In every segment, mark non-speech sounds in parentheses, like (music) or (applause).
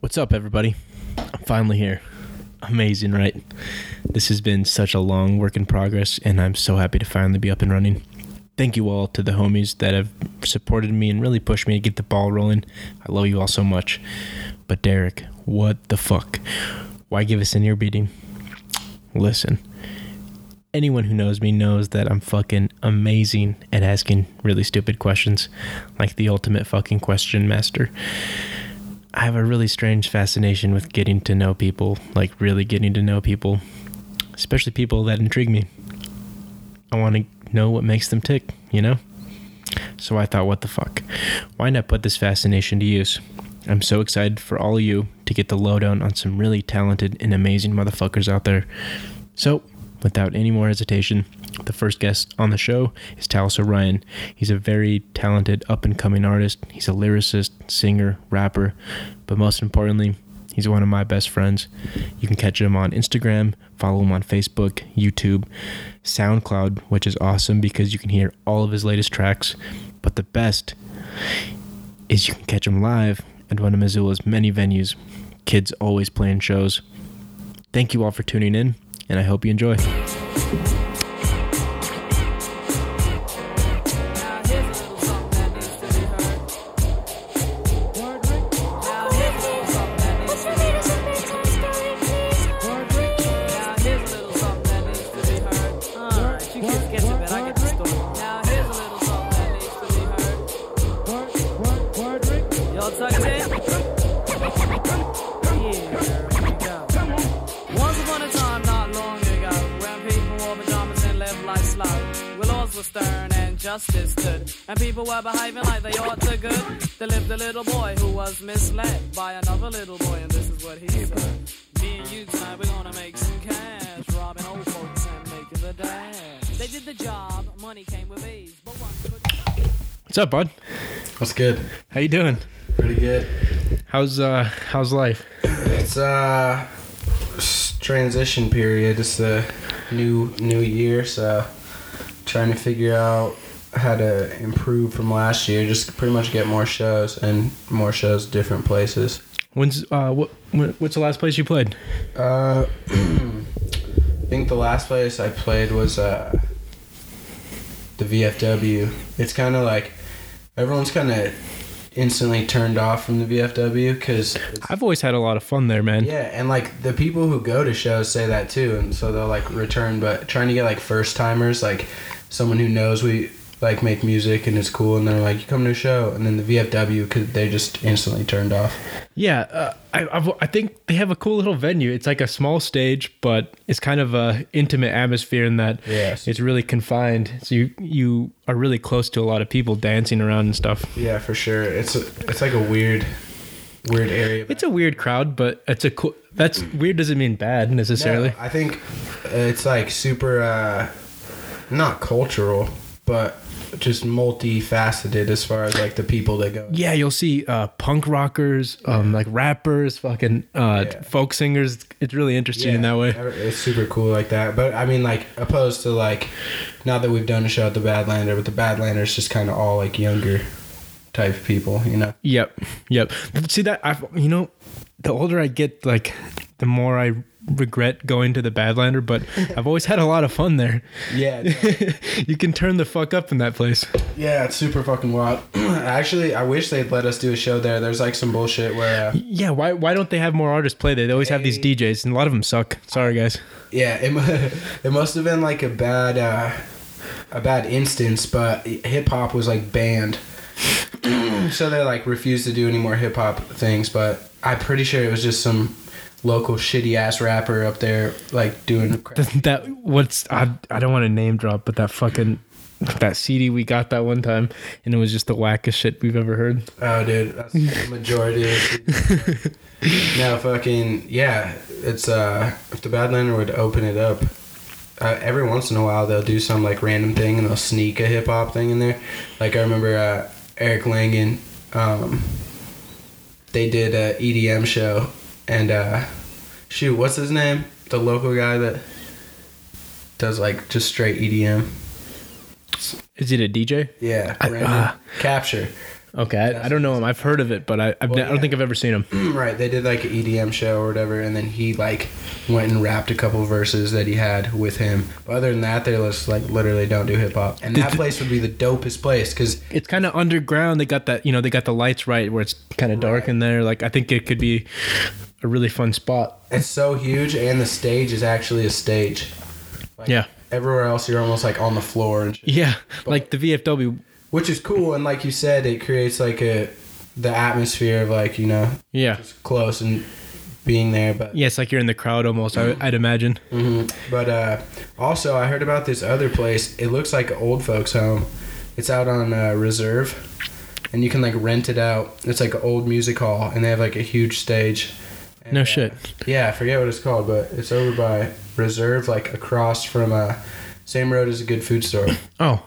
What's up, everybody? I'm finally here. Amazing, right? This has been such a long work in progress, and I'm so happy to finally be up and running. Thank you all to the homies that have supported me and really pushed me to get the ball rolling. I love you all so much. But, Derek, what the fuck? Why give us an ear beating? Listen, anyone who knows me knows that I'm fucking amazing at asking really stupid questions, like the ultimate fucking question master. I have a really strange fascination with getting to know people, like really getting to know people, especially people that intrigue me. I want to know what makes them tick, you know? So I thought, what the fuck? Why not put this fascination to use? I'm so excited for all of you to get the lowdown on some really talented and amazing motherfuckers out there. So, without any more hesitation, the first guest on the show is Talos O'Ryan. He's a very talented up and coming artist. He's a lyricist, singer, rapper, but most importantly, he's one of my best friends. You can catch him on Instagram, follow him on Facebook, YouTube, SoundCloud, which is awesome because you can hear all of his latest tracks. But the best is you can catch him live at one of Missoula's many venues. Kids always playing shows. Thank you all for tuning in, and I hope you enjoy. Now here's a little something that needs to be heard. Now here's a little something that needs to be heard. Now here's a little something that needs to be heard. Alright, you kids get to bed, I get the story. Now here's a little something that needs to be heard. Y'all tucked in? Yeah, there we go. Once upon a time, not long ago, when people wore pajamas and lived life slow, where laws were stern and justice stood, and people were behaving like they ought to good, there lived a little boy who was misled by another little boy, and this is what he said. Me and you tonight, we're gonna make some cash, robbing old folks and making the dash. They did the job, money came with ease, but one could... What's up, bud? What's good? How you doing? Pretty good. How's uh how's life? It's uh s- transition period. It's the new new year, so trying to figure out how to improve from last year. Just pretty much get more shows and more shows different places. When's uh what when, what's the last place you played? Uh, (clears throat) I think the last place I played was uh, the VFW. It's kind of like everyone's kind of instantly turned off from the VFW because I've always had a lot of fun there, man. Yeah, and like the people who go to shows say that too, and so they'll like return. But trying to get like first timers, like someone who knows we like make music and it's cool, and they're like, "You come to a show," and then the VFW because they just instantly turned off. Yeah, uh, I I've, I think they have a cool little venue. It's like a small stage, but it's kind of a intimate atmosphere in that Yes. it's really confined. So you you are really close to a lot of people dancing around and stuff. Yeah, for sure. It's a, it's like a weird, weird area. It's a weird crowd, but it's a cool. That's weird. Doesn't mean bad necessarily. No, I think uh, it's like super, uh, not cultural, but just multifaceted as far as like the people that go. Yeah, you'll see uh, punk rockers, um, like rappers, fucking uh, Yeah. folk singers. It's really interesting in that way. It's super cool like that. But I mean, like opposed to like, not that we've done a show at the Badlander, but the Badlander's just kind of all like younger type people, you know. Yep. Yep. See that I've you know, the older I get, like the more I regret going to the Badlander, (laughs) but I've always had a lot of fun there. (laughs) Yeah, you can turn the fuck up in that place. (laughs) yeah, it's super fucking wild. (clears throat) Actually, I wish they'd let us do a show there. There's like some bullshit where. Uh, Yeah, why why don't they have more artists play there? They always have these They- DJs and a lot of them suck. Sorry guys. Yeah, it, mu- (laughs) it must have been like a bad uh, a bad instance, but hip hop was like banned, (clears throat) so they like refused to do any more hip hop things. But I'm pretty sure it was just some local shitty ass rapper up there like doing. Crap. That what's I I don't want to name drop, but that fucking that CD we got that one time and it was just the wackest shit we've ever heard. Oh, dude, that's the majority. of the- no, fucking yeah. It's uh, if the Badlander would open it up, uh, every once in a while they'll do some like random thing and they'll sneak a hip hop thing in there. Like I remember uh, Eric Langen, um, they did a EDM show and uh, shoot, what's his name? The local guy that does like just E straight EDM. Is it a DJ? Yeah, I- Brandon. ah. capture. Okay, I, I don't know him. I've heard of it, but I, I've, Well, ne- I don't yeah. think I've ever seen him. (clears throat) right, they did like an EDM show or whatever, and then he like went and rapped a couple verses that he had with him. But other than that, they just like literally don't do hip hop. And that place would be the dopest place because It's kind of underground. They got that, you know, they got the lights right where it's kind of dark in there. Like I think it could be a really fun spot. it's so huge, and the stage is actually a stage. Like, Yeah. Everywhere else, you're almost like on the floor and (laughs) shit. Yeah, like the VFW. which is cool and like you said it creates like a the atmosphere of like you know Yeah, just close and being there but yeah, it's like you're in the crowd almost. I, I'd imagine. Mhm. but uh also i heard about this other place it looks like an old folks home it's out on uh, reserve and you can like rent it out it's like an old music hall and they have like a huge stage And, No uh, shit. yeah i forget what it's called but it's over by reserve like across from uh same road as a good food (laughs) store Oh,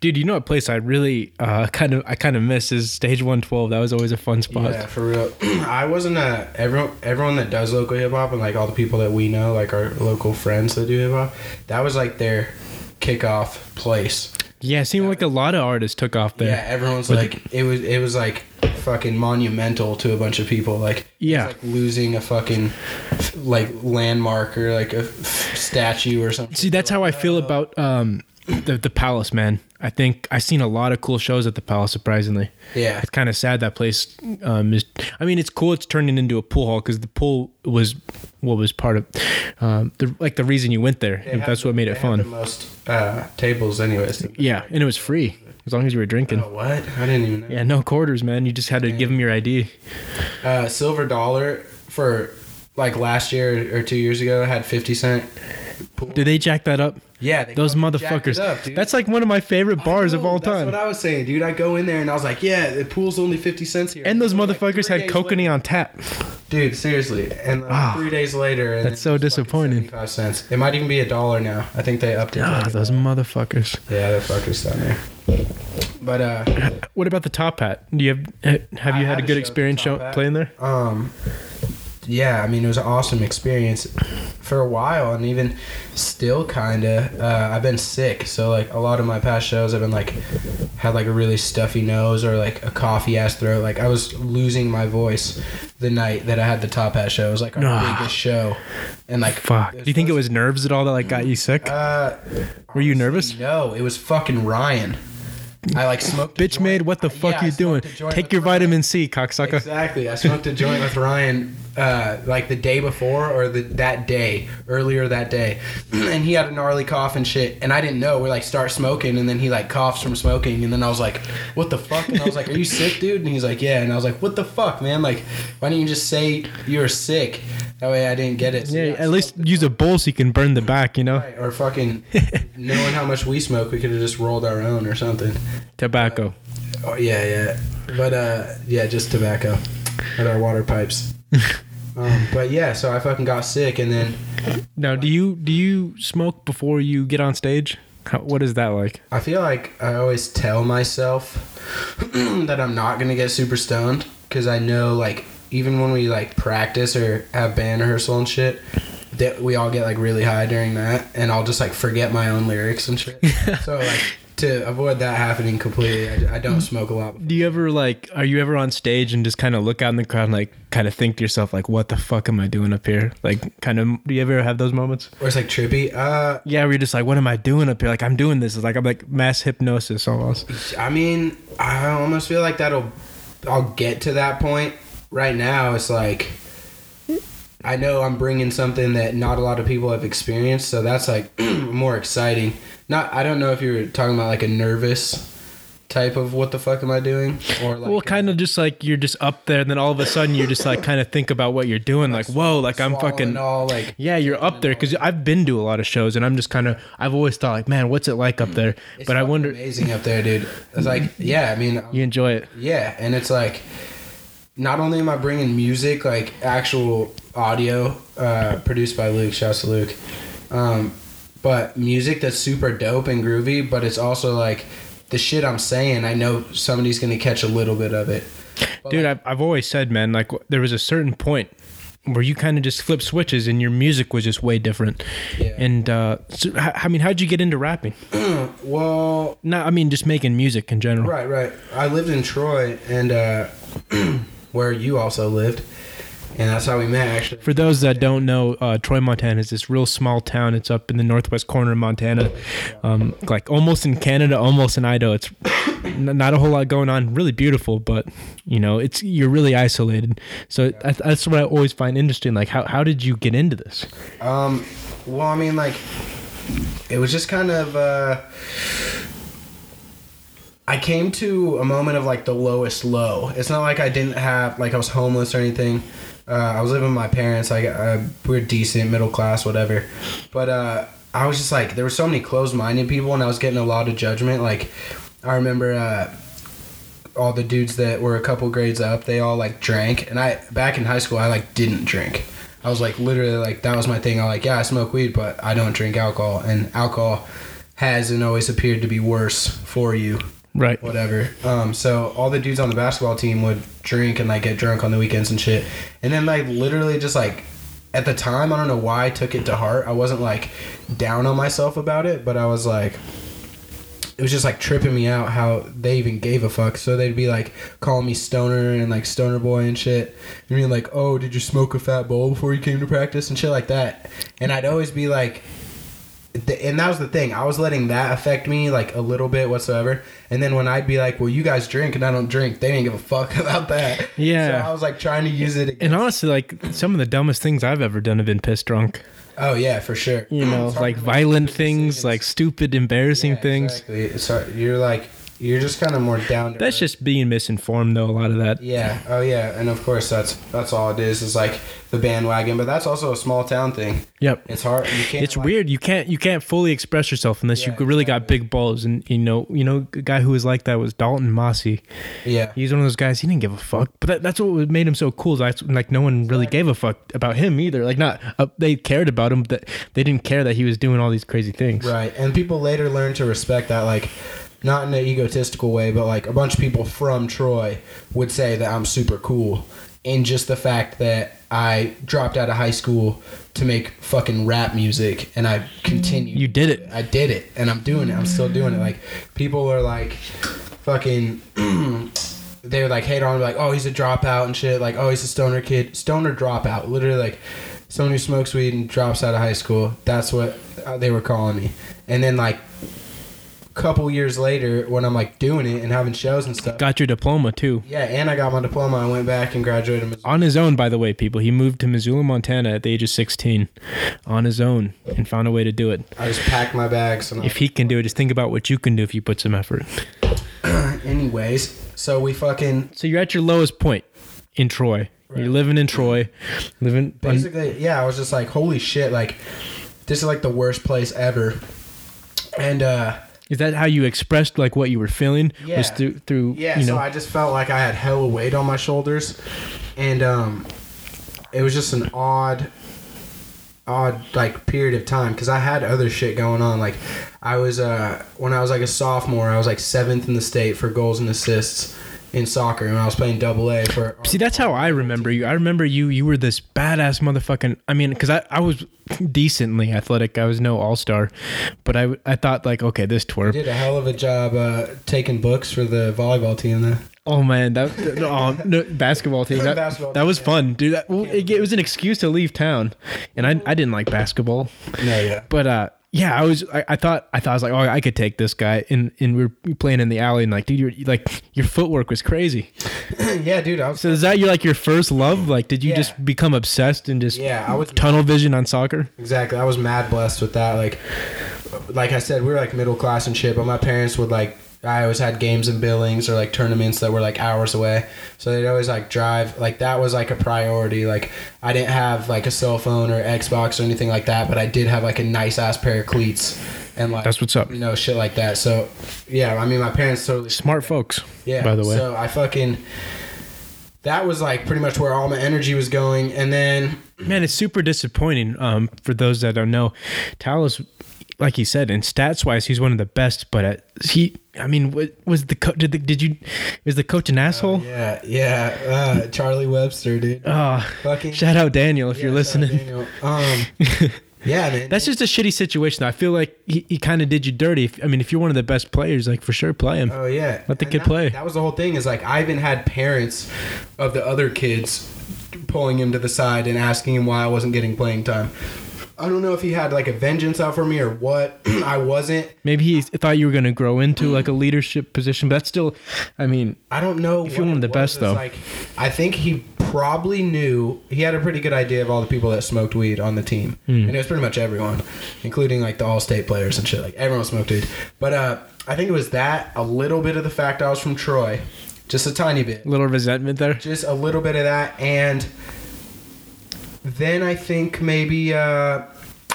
dude, you know what place I really uh, kind of I kind of miss is Stage One Twelve. That was always a fun spot. Yeah, for real. (clears throat) I wasn't a everyone. Everyone that does local hip hop and like all the people that we know, like our local friends that do hip hop, that was like their kickoff place. Yeah, it seemed like a lot of artists took off there. Yeah, everyone's With like it was. It was like fucking monumental to a bunch of people. Like it was Yeah. like losing a fucking like landmark or like a f- statue or something. See, that's how I feel about um, the the Palace, man. I think I've seen a lot of cool shows at the Palace. Surprisingly, Yeah, it's kind of sad that place um, is. I mean, it's cool. It's turning into a pool hall because the pool was what was part of um, the like the reason you went there. They and have that's the- what made they it have fun. The most uh, tables, anyways. yeah, and it was free as long as you were drinking. Oh, what? I didn't even know. Yeah, no quarters, man. You just had to give them your ID. uh, silver dollar for like last year or two years ago had 50 cent Did they jack that up? yeah they Those fucking jacked motherfuckers. it up, dude. That's like one of my favorite bars of No, all that's time. what i was saying dude i go in there and i was like yeah the pool's only 50 cents here and those Like, motherfuckers three had days kokanee on tap. later- dude seriously and like, Ah, three days later and that's it so was fucking disappointing. 75 cents it might even be a dollar now i think they upped it Ah, those motherfuckers. yeah the fuckers down there but uh What about the top hat? Do you have eh, have I you had, had a a good show at experience the Top show, Hat. playing there? um yeah i mean it was an awesome experience for a while and even still kinda uh, i've been sick so like a lot of my past shows i've been like had like a really stuffy nose or like a coffee ass throat like i was losing my voice the night that i had the top hat show it was like our Ah. biggest show and like Fuck. Do you think it was nerves at all that like got you sick? uh Were you nervous? no it was fucking ryan i like smoked a Bitch joint- made, what the I- fuck yeah, I you doing? smoked a joint Take with your Ryan. vitamin C, cocksucker. Exactly. I smoked a joint with Ryan uh, like the day before or the, that day, earlier that day. (clears throat) and he had a gnarly cough and shit. And I didn't know. We like start smoking and then he like coughs from smoking. And then I was like, what the fuck? And I was like, are you sick, dude? And he's like, yeah. And I was like, what the fuck, man? Like, why didn't you just say you were sick? That way I didn't get it. So, Yeah, I at least use a bowl so you can burn the back, you know? smoked- Or fucking knowing how much we smoke, we could have just rolled our own or something. Tobacco. Oh yeah, yeah. But uh, yeah, just tobacco at our water pipes. um, but yeah, so I fucking got sick, and then Now, do you do you smoke before you get on stage? How, what is that like? I feel like I always tell myself (clears throat) that I'm not gonna get super stoned because I know like even when we like practice or have band rehearsal and shit. That we all get like really high during that, and I'll just like forget my own lyrics and shit. so like to avoid that happening completely, I, I don't smoke a lot. Do you ever like are you ever on stage and just kind of look out in the crowd and like kind of think to yourself like what the fuck am I doing up here? Like kind of do you ever have those moments? Or it's like trippy. Uh, Yeah, where you're just like what am I doing up here? Like I'm doing this. It's like I'm like mass hypnosis almost. I mean, I almost feel like that'll I'll get to that point. Right now, it's like I know I'm bringing something that not a lot of people have experienced, so that's like (clears throat) more exciting. Not I don't know if you were talking about like a nervous type of what the fuck am I doing or like uh, well, kind of just like you're just up there and then all of a sudden you're just like kind of think about what you're doing like whoa, like I'm swallowing fucking all like yeah, you're up there because I've been to a lot of shows and I'm just kind of I've always thought like, man, what's it like up there? Mm. it's But I fucking wonder amazing up there, dude. It's like yeah, I mean you enjoy it. Yeah, and it's like not only am I bringing music, like actual audio uh, produced by Luke, shouts to Luke, um, but music that's super dope and groovy, but it's also like the shit I'm saying, I know somebody's gonna catch a little bit of it. Dude, I've, I've always said, man, like w- there was a certain point where you kind of just flip switches and your music was just way different. Yeah. And uh, so, h- I mean, how'd you get into rapping? well, No, I mean just making music in general. right, right. I lived in Troy, and uh, (clears throat) where you also lived, and that's how we met. Actually, For those that don't know, uh, Troy, Montana is this real small town. It's up in the northwest corner of Montana, um, like almost in Canada, almost in Idaho. It's n- not a whole lot going on. Really beautiful, but you know, it's you're really isolated. So that's, that's what I always find interesting. Like, how how did you get into this? Um, well, I mean, like, it was just kind of. Uh, I came to a moment of like the lowest low. It's not like I didn't have like I was homeless or anything. Uh, I was living with my parents. Like I, we're decent, middle class, whatever. But uh, I was just like there were so many closed-minded people, and I was getting a lot of judgment. Like I remember. Uh, all the dudes that were a couple grades up, they all like drank. And I back in high school, I like didn't drink. I was like literally like that was my thing. I like yeah, I smoke weed, but I don't drink alcohol. And alcohol has and always appeared to be worse for you, Right. whatever. Um, so all the dudes on the basketball team would drink and like get drunk on the weekends and shit. And then like literally just like at the time, I don't know why I took it to heart. I wasn't like down on myself about it, but I was like, it was just like tripping me out how they even gave a fuck. So they'd be like calling me stoner and like stoner boy and shit, and being like, "Oh, did you smoke a fat bowl before you came to practice?" and shit like that. And I'd always be like, th- and that was the thing. I was letting that affect me like a little bit whatsoever. And then when I'd be like, "Well, you guys drink and I don't drink," they didn't give a fuck (laughs) about that. Yeah. So I was like trying to use it. And honestly, like some of the dumbest things I've ever done have been pissed drunk. oh yeah, for sure. You know, It's hard like to make violent good things, decisions. like stupid, embarrassing Yeah, things. Exactly. So you're like you're just kind of more down. To That's earth. just being misinformed, though. A lot of that. Yeah. Oh yeah. And of course that's that's all it is is like the bandwagon, but that's also a small town thing. Yep. It's hard. You can't. it's like- weird. You can't you can't fully express yourself unless Yeah, you really got big balls. And you know you know a guy who was like that was Dalton Mossy. Yeah. He's one of those guys. He didn't give a fuck. But that, that's what made him so cool. That's like no one really gave a fuck about him either. Like not uh, they cared about him. That they didn't care that he was doing all these crazy things. Right. And people later learn to respect that, like, not in an egotistical way, but like a bunch of people from Troy would say that I'm super cool. And just the fact that I dropped out of high school to make fucking rap music and I continue. You did it. I did it and I'm doing it. I'm still doing it. Like, people are like, fucking. (clears throat) They would like hate on him, like, oh, he's a dropout and shit. Like, oh, he's a stoner kid. Stoner dropout. Literally, like, someone who smokes weed and drops out of high school. That's what uh, they were calling me. And then like a couple years later, when I'm like doing it and having shows and stuff. Got your diploma too. yeah, and I got my diploma. I went back and graduated. Missouri. on his own, by the way, people. He moved to Missoula, Montana at the age of 16 on his own and found a way to do it. I just packed my bags. And I- If he can do it, just think about what you can do if you put some effort. anyways, so we fucking So you're at your lowest point in Troy. You're living in Troy, living. on- basically, yeah, I was just like, holy shit, like this is like the worst place ever. And uh, is that how you expressed like what you were feeling? Yeah. Was through through Yeah, you know so I just felt like I had hella weight on my shoulders, and um, it was just an odd, odd like period of time because I had other shit going on. Like, I was uh when I was like a sophomore, I was like seventh in the state for goals and assists in soccer, and I was playing double A for. See, that's how I remember you. I remember you. You were this badass motherfucking. I mean, because I, I was decently athletic. I was no all star, but I I thought like, okay, this twerp. Did a hell of a job uh, taking books for the volleyball team. Though. Oh man, that that- oh, no, basketball team. That, Basketball that team, was yeah. fun, dude. That, well, it, it was an excuse to leave town, and I I didn't like basketball, No, yeah. but uh. Yeah, I was. I, I thought. I thought I was like, oh, I could take this guy, and and we were playing in the alley, and like, dude, you're like, your footwork was crazy. (clears throat) yeah, dude, I was So is that your like your first love? Like, did you Yeah. just become obsessed and just Yeah, I was- tunnel vision on soccer? Exactly. I was mad blessed with that. Like, like I said, we were like middle class and shit, but my parents would like. I always had games in Billings or like tournaments that were like hours away, so they'd always like drive. Like that was like a priority. Like I didn't have like a cell phone or Xbox or anything like that, but I did have like a nice ass pair of cleats and like That's what's up. You know, shit like that. So yeah, I mean, my parents totally Smart folks. yeah. By the way, so I fucking. That was like pretty much where all my energy was going, and then Man, it's super disappointing. Um, for those that don't know, Talos, like he said, in stats wise, he's one of the best. But at, he, I mean, what was the coach? Did, the, did you? Is the coach an asshole? Yeah, yeah. Uh, Charlie Webster, dude. Oh, Fucking shout out Daniel if yeah, you're shout out listening. Daniel. (laughs) Um, yeah, man. That's just a shitty situation. Though. I feel like he, he kind of did you dirty. If, I mean, if you're one of the best players, like for sure, play him. Oh yeah, Let the And kid that- play. That was the whole thing. Is like I even had parents of the other kids pulling him to the side and asking him why I wasn't getting playing time. I don't know if he had like a vengeance out for me or what. (clears throat) I wasn't. Maybe he thought you were going to grow into (clears throat) like a leadership position, but that's still, I mean, I don't know. If you're what one of it the best, was. though. It's like I think he probably knew he had a pretty good idea of all the people that smoked weed on the team, Hmm. and it was pretty much everyone, including like the all-state players and shit. Like everyone smoked weed, but uh, I think it was that a little bit of the fact I was from Troy, just a tiny bit. a little resentment there. just a little bit of that and then i think maybe uh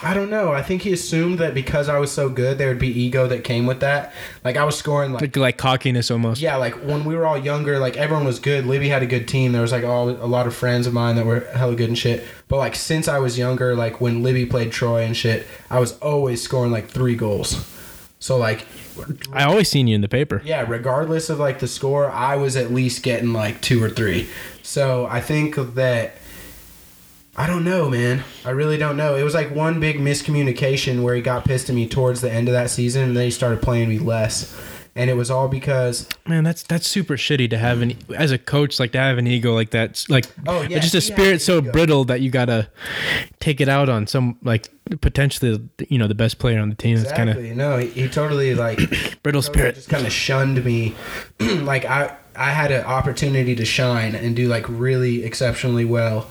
I don't know. I think he assumed that because I was so good, there would be ego that came with that. Like I was scoring, like Like, like cockiness almost. yeah, like when we were all younger, like everyone was good. Libby had a good team. There was like all a lot of friends of mine that were hella good and shit. But like since I was younger, like when Libby played Troy and shit, I was always scoring like three goals. So like I always seen you in the paper. yeah, regardless of like the score, I was at least getting like two or three. So I think that I don't know, man. I really don't know. It was like one big miscommunication where he got pissed at me towards the end of that season, and then he started playing me less. And it was all because Man, that's that's super shitty to have an as a coach like to have an ego like that. It's Like, Oh, yeah, just a he had spirit an so ego. brittle that you gotta take it out on some like potentially you know the best player on the team. It's kind exactly of no, he, he (clears throat) totally like brittle totally spirit. just kind of shunned me. (clears throat) like I I had an opportunity to shine and do like really exceptionally well.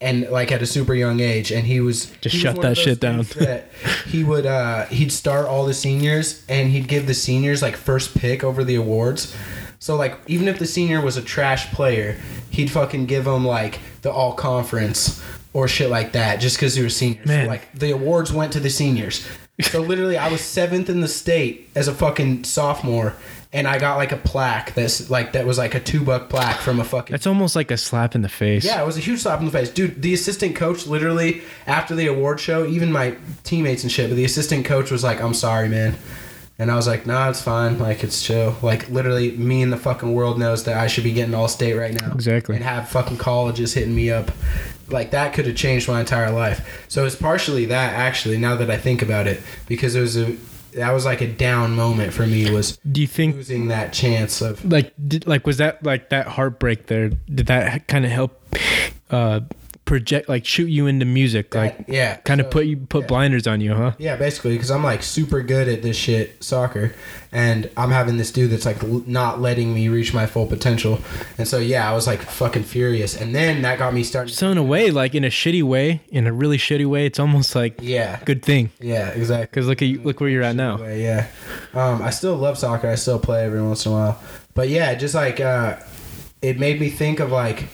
And like at a super young age, and he was Just he was shut one of that shit those down. that he would uh he'd start all the seniors and he'd give the seniors like first pick over the awards so like even if the senior was a trash player he'd fucking give them like the all conference or shit like that just because they were seniors Man. So, like the awards went to the seniors so literally i was seventh in the state as a fucking sophomore and i got like a plaque that's like that was like a two buck plaque from a fucking That's almost like a slap in the face. yeah, it was a huge slap in the face, dude. The assistant coach literally after the award show, even my teammates and shit, but the assistant coach was like, "I'm sorry, man," and I was like, "Nah, it's fine. Like it's chill. Like literally, me and the fucking world knows that I should be getting all state right now, Exactly. and have fucking colleges hitting me up." Like that could have changed my entire life. So it's partially that actually. Now that I think about it, because it was a that was like a down moment for me was Do you think losing that chance of like did, like was that like that heartbreak there did that kind of help uh project like shoot you into music like yeah kind of so- put you put blinders on you huh Yeah, basically, because I'm like super good at this shit, soccer, and I'm having this dude that's like l- not letting me reach my full potential, and so yeah, I was like fucking furious, and then that got me starting. so in a way like in a shitty way in a really shitty way it's almost like yeah, good thing yeah, exactly. because look at you look where you're at now Anyway, yeah, um, I still love soccer. I still play every once in a while, but yeah, just like uh, it made me think of like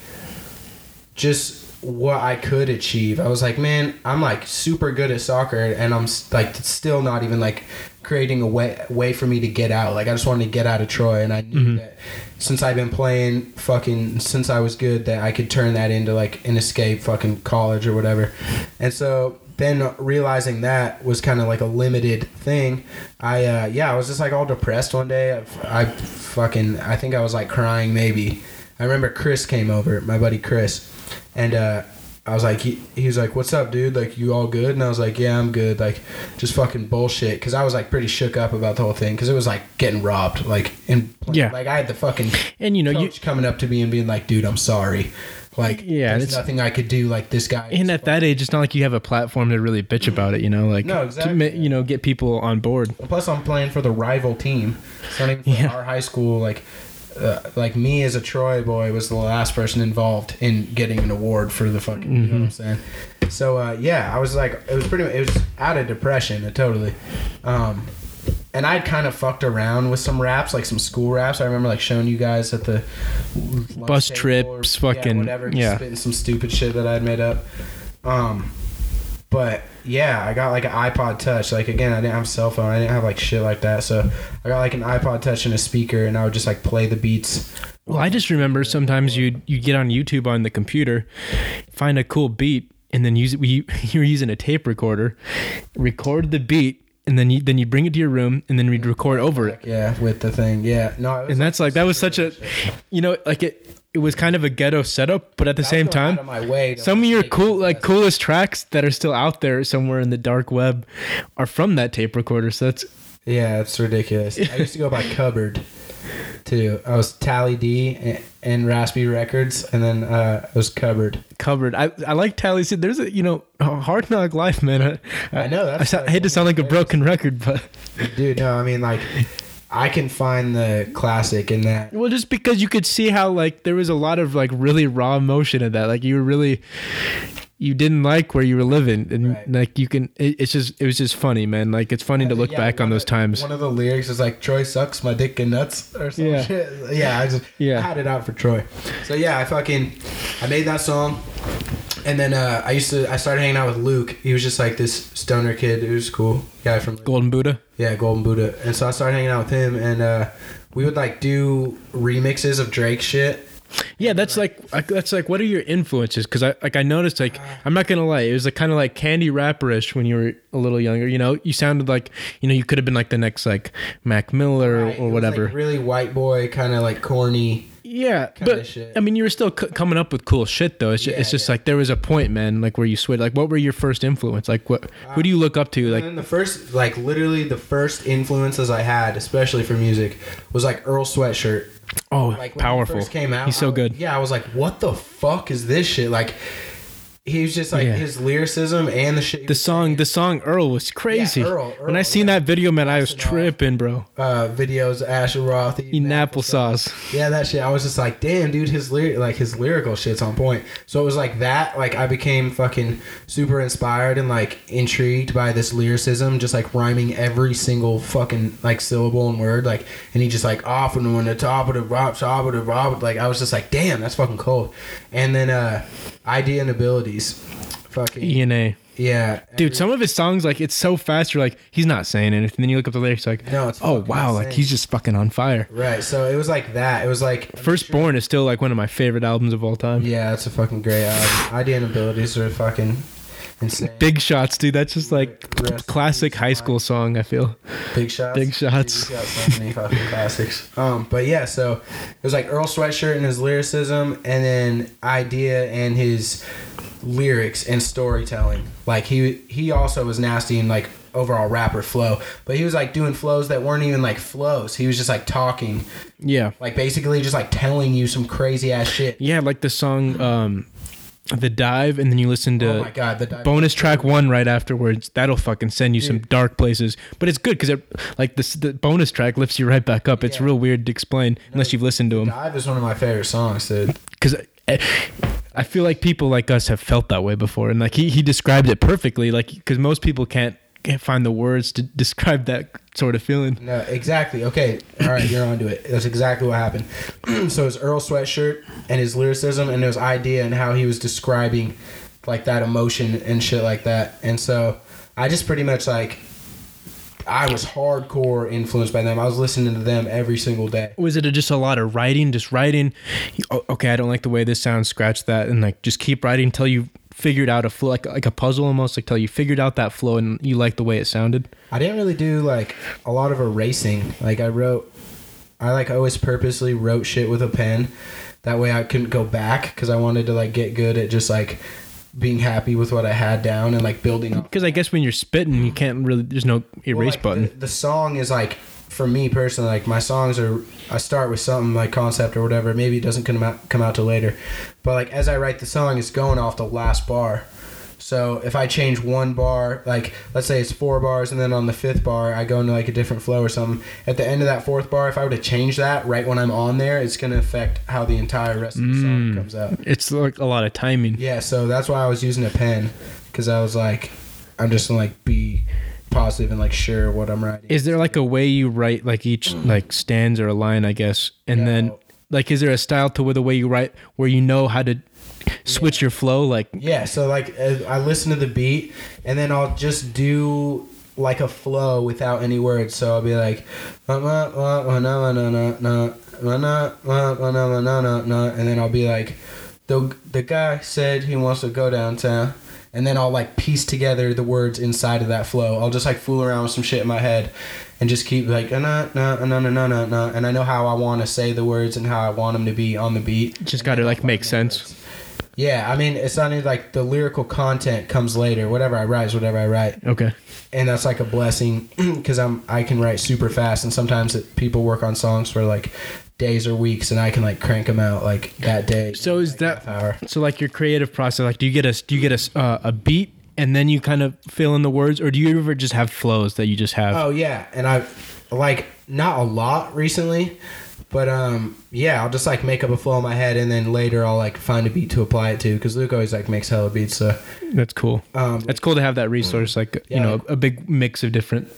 just what I could achieve. I was like, man, I'm like super good at soccer, and I'm s- like still not even like creating a way way for me to get out. Like I just wanted to get out of Troy, and I knew that since I've been playing fucking since I was good, that I could turn that into like an escape, fucking college or whatever. And so then realizing that was kind of like a limited thing i uh yeah i was just like all depressed one day I, I fucking i think i was like crying maybe I remember Chris came over, my buddy Chris, and uh, I was like, he, he was like, "What's up, dude? Like, you all good?" And I was like, "Yeah, I'm good." Like, just fucking bullshit, because I was like pretty shook up about the whole thing, because it was like getting robbed, like, and Yeah. like I had the fucking and you know you coach coming up to me and being like, "Dude, I'm sorry." Like, Yeah, there's it's- nothing I could do. Like this guy. and at that age it's not like you have a platform to really bitch about it you know like No, to exactly. ma- you know get people on board Plus, I'm playing for the rival team. It's not even for Yeah. our high school. Like, uh, like me as a Troy boy was the last person involved in getting an award for the fucking. You know what I'm saying? So uh, yeah, I was like, it was pretty. It was out of depression, uh, totally. Um, and I'd kind of fucked around with some raps, like some school raps. I remember like showing you guys at the lunch Bus table trips, fucking- whatever, just yeah. spitting some stupid shit that I'd made up. Um, but yeah, I got like an iPod Touch. Like again, I didn't have a cell phone. I didn't have like shit like that. So I got like an iPod Touch and a speaker, and I would just like play the beats. Well, I just remember sometimes you you get on YouTube on the computer, find (laughs) a cool beat, and then use it. We you were using a tape recorder, record the beat, and then you then you bring it to your room, and then we'd record over it. Yeah, with the thing. Yeah, no. It was And that's like that was such a, you know, like it it was kind of a ghetto setup, but at the same I was going time, out of my way to, some of like, your make cool it like best. coolest tracks that are still out there somewhere in the dark web are from that tape recorder. So that's Yeah, it's ridiculous. I used to go (laughs) by cupboard too. I was Tally D and, and Raspy Records, and then uh, I was cupboard. covered. I I like Tally. said There's a you know hard knock life, man. I, I know, that's I, so- like hate one to of sound my like a broken record, but Dude, no, I mean like I can find the classic in that. well, just because you could see how like there was a lot of like really raw emotion in that. Like you were really. You didn't like where you were living, and Right. like you can. It, it's just, it was just funny, man. Like it's funny to look Yeah, back on one those of- times. One of the lyrics is like Troy sucks my dick and nuts or some Yeah. shit. Yeah, I just Yeah. had it out for Troy. So yeah, I fucking I made that song. And then uh, I used to I started hanging out with Luke. He was just like this stoner kid. It was cool. Guy from Golden Buddha. Yeah, Golden Buddha. And so I started hanging out with him, and uh, we would like do remixes of Drake shit. Yeah, that's like like, that's like what are your influences? Because I like I noticed like I'm not gonna lie, it was like kind of like candy rapperish when you were a little younger. You know, you sounded like you know you could have been like the next like Mac Miller Right? It or was, whatever. like, really white boy, kind of like corny. yeah, kinda but shit. I mean, you were still c- coming up with cool shit though. It's just, Yeah, it's just yeah. like there was a point, man, like where you switched. Like, what were your first influence? Like, what who do you look up to? And Like, then the first, like literally the first influences I had, especially for music, was like Earl Sweatshirt. oh, Mm-hmm. Like when he powerful. first came out. He's so I was- good. Yeah, I was like, what the fuck is this shit? Like, he was just like Yeah. his lyricism and the shit. he The was song, the song Earl was crazy. Earl, when I Earl, seen yeah. that video, man, I was Sinatra. tripping, bro. uh, videos, Asher Roth, Eating Apple. applesauce. Yeah, that shit. I was just like, damn, dude, his lyric, like his lyrical shit's on point. So it was like that. Like I became fucking super inspired and like intrigued by this lyricism, just like rhyming every single fucking like syllable and word. Like, and he just like off and on the top of the rock, top of the rock. Like I was just like, damn, that's fucking cold. And then uh, idea and abilities, fucking yeah, ENA. Dude, some of his songs, like it's so fast. You're like, he's not saying anything. Then you look up the lyrics, like, No, it's oh fucking wow, like insane. he's just fucking on fire. Right. So it was like that. It was like Firstborn is still like one of my favorite albums of all time. Yeah, it's a fucking great album. Idea and abilities are fucking insane. Big shots, dude. That's just like Rest in classic peace, high Mike. school song. I feel. Big shots. Big shots. Dude, he's got so many fucking (laughs) classics. Um, but yeah, so it was like Earl Sweatshirt and his lyricism, and then idea and his lyrics and storytelling. Like he he also was nasty and like overall rapper flow, but he was like doing flows that weren't even like flows. He was just like talking, Yeah, like basically just like telling you some crazy ass shit. yeah, like the song, um, the dive, and then you listen to. oh my god, the dive- Bonus track one right afterwards. That'll fucking send you some dark places, but it's good because it, like this, the bonus track lifts you right back up. It's Yeah. real weird to explain unless you've listened to them. dive is one of my favorite songs, dude. because I, eh, I feel like people like us have felt that way before, and like he, he described it perfectly, like because most people can't can't find the words to (laughs) describe that sort of feeling. No, exactly. Okay, all right, you're onto it. That's exactly what happened. (clears throat) so it was Earl Sweatshirt and his lyricism and his idea and how he was describing like that emotion and shit like that. And so I just pretty much like I was hardcore influenced by them. I was listening to them every single day. Was it just a lot of writing, just writing? "Oh, Okay, I don't like the way this sounds. Scratch that, and like just keep writing until you figured out a flow, like like a puzzle almost, like till you figured out that flow and you like the way it sounded. I didn't really do like a lot of erasing. Like I wrote, I like always purposely wrote shit with a pen. That way I couldn't go back because I wanted to like get good at just like being happy with what I had down and like building up. Because I guess when you're spitting, you can't really. There's no erase Well, like, button. The, the song is like for me personally, like my songs are. I start with something like concept or whatever. Maybe it doesn't come out come out till later, but like as I write the song, it's going off the last bar. So if I change one bar, like let's say it's four bars, and then on the fifth bar I go into like a different flow or something. At the end of that fourth bar, if I were to change that right when I'm on there, it's gonna affect how the entire rest of the Mm. song comes out. it's like a lot of timing. Yeah, so that's why I was using a pen because I was like, I'm just gonna like be positive and like sure what I'm writing. is there like a way you write like each Mm. like stanza or line i guess and then No. like is there a style to where the way you write where you know how to switch your flow like Yeah, so like uh, I listen to the beat and then I'll just do like a flow without any words. So I'll be like, "Uh, uh, uh, uh, na, uh, na, na, na, uh, na, uh, uh, na, uh, na, na, na," and then I'll be like, the the guy said he wants to go downtown. and then I'll like piece together the words inside of that flow. I'll just like fool around with some shit in my head and just keep like na na na na na na na and I know how I want to say the words and how I want them to be on the beat. Just got to like make sense. Yeah, I mean it's not even like the lyrical content comes later. Whatever I write is whatever I write Okay. and that's like a blessing (clears throat) because I'm I can write super fast, and sometimes it, people work on songs for like days or weeks, and I can like crank them out like that day. So is like that- half hour? So like your creative process, like do you get a do you get a s- uh, a beat and then you kind of fill in the words, or do you ever just have flows that you just have? Oh yeah, and I like not a lot recently, but um yeah, I'll just like make up a flow in my head, and then later I'll like find a beat to apply it to because Luke always like makes hella beats. So That's cool. um, That's cool to have that resource, like you Yeah. know, a big mix of different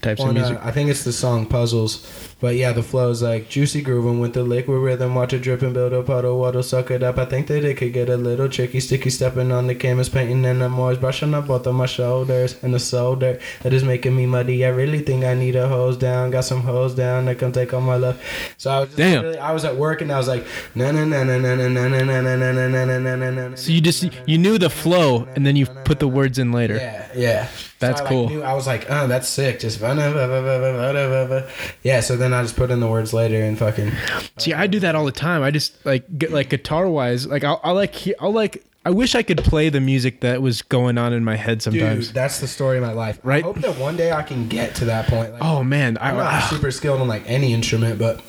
types of on, uh, music. I think it's the song Puzzles. But yeah, the flow is like juicy grooving with the liquid rhythm. Watch it drip and build a puddle, water suck it up. I think that it could get a little tricky. Sticky stepping on the canvas, painting, and I'm always brushing up both of my shoulders and the solder that is making me muddy. I really think I need a hose down. Got some hose down that come take all my love. So I was just Damn. really- I was at work and I was like, na na na na na na na na na na na na na na na na. So you just you knew the flow, and then you put the words in later. Yeah, yeah. That's I, like, cool. knew- I was like, oh, that's sick. Just va- va- va- va- va- va- va- va- va. yeah. So then I just put in the words later and fucking See, I do that all the time. I just like get like guitar wise, like I'll, I'll like he- I'll like I wish I could play the music that was going on in my head dude. sometimes. That's the story of my life. Right? I hope that one day I can get to that point. Like, oh man, I, I'm not super skilled on like any instrument, but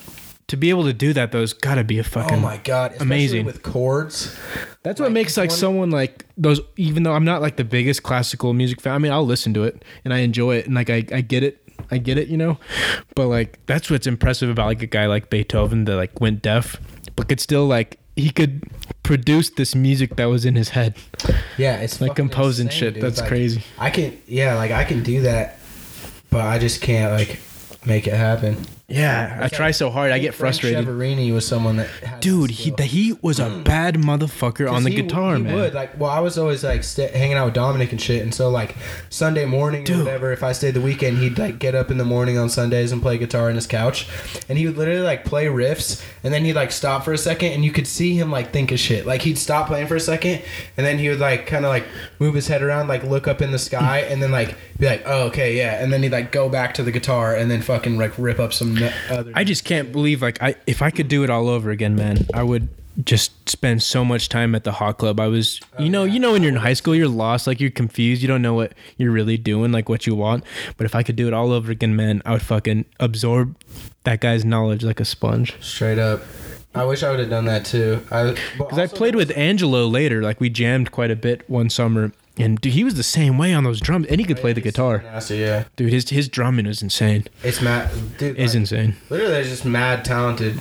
to be able to do that though's got to be a oh fucking. my god, especially amazing. with chords. That's what makes like someone like those. Even though I'm not like the biggest classical music fan, I mean I'll listen to it and I enjoy it and like I, I get it, I get it, you know. But like that's what's impressive about like a guy like Beethoven that like went deaf, but could still like he could produce this music that was in his head, Yeah, it's like fucking composing insane, shit. dude. That's Like, crazy. I can, yeah, like I can do that, but I just can't like make it happen. Yeah, I try so hard. I get Frank frustrated. Severini was someone that had that Dude, he skill. the, he was a bad motherfucker on the 'Cause he- guitar, he man. Would. Like, well, I was always like sta hanging out with Dominic and shit, and so like Sunday morning Dude. or whatever. If I stayed the weekend, he'd like get up in the morning on Sundays and play guitar on his couch, and he would literally like play riffs, and then he'd like stop for a second, and you could see him like think of shit. Like he'd stop playing for a second, and then he would like kind of like move his head around, like look up in the sky, and then like be like, oh okay, yeah, and then he'd like go back to the guitar, and then fucking like rip up some ne- other. I just can't believe like I if I could do it all over again, man, I would just spend so much time at the hot club. I was Oh, you know, you know when you're in high school, you're lost, like you're confused, you don't know what you're really doing, like what you want. But if I could do it all over again, man, I would fucking absorb that guy's knowledge like a sponge. straight up. I wish I would have done that too. I Because I played with Angelo later, like we jammed quite a bit one summer, and dude, he was the same way on those drums, and he could play the guitar. Nasty, yeah. Dude, his his drumming was insane. It's mad, dude. Is like, insane. literally they're just mad talented.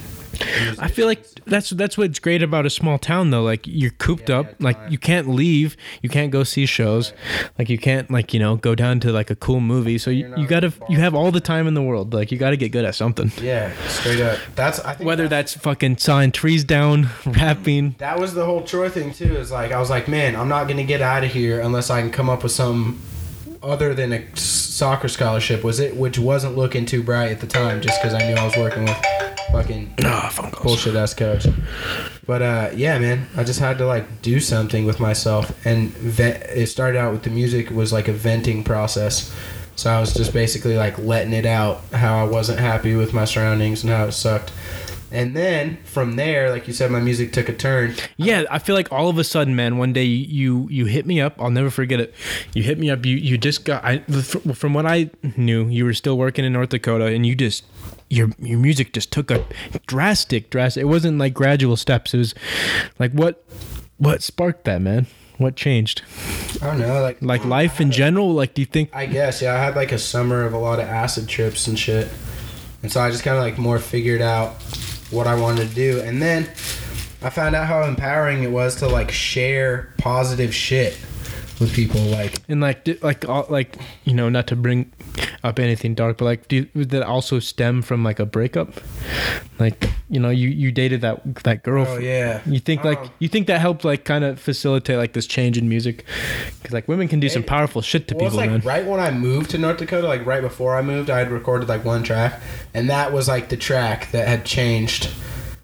I feel like that's that's what's great about a small town though. Like you're cooped Yeah, up, yeah, like time. you can't leave, you can't go see shows, like you can't like you know go down to like a cool movie. So you, You're not you gotta you have all the time in the world. Like you gotta get good at something. Yeah, straight up. That's I think Whether that's fucking sawing trees down, (laughs) rapping. that was the whole chore thing too. Is like I was like, man, I'm not gonna get out of here unless I can come up with some other than a s- soccer scholarship. Was it which wasn't looking too bright at the time, just because I knew I was working with fucking Ah, phone calls. bullshit ass coach. But uh, yeah, man, I just had to like do something with myself, and vent, it started out with the music was like a venting process. So I was just basically like letting it out how I wasn't happy with my surroundings and how it sucked. And then from there, like you said, my music took a turn. Yeah, I feel like all of a sudden, man. One day you you hit me up. I'll never forget it. You hit me up. You you just got. I fr- from what I knew, you were still working in North Dakota, and you just your your music just took a drastic drastic. It wasn't like gradual steps. It was like what what sparked that, man. What changed? I don't know, like Like life in general. Like, do you think? I guess yeah, I had like a summer of a lot of acid trips and shit, and so I just kind of like more figured out what I wanted to do, and then I found out how empowering it was to like share positive shit with people. Like And like, di- like, all, like, you know, not to bring up anything dark, but like, do you, would that also stem from like a breakup? Like, you know, you you dated that that girl. oh for- yeah, You think like Um, you think that helped like kind of facilitate like this change in music, because like women can do some Hey, powerful shit to well, people, it's man. like right when I moved to North Dakota, like right before I moved, I had recorded like one track, and that was like the track that had changed.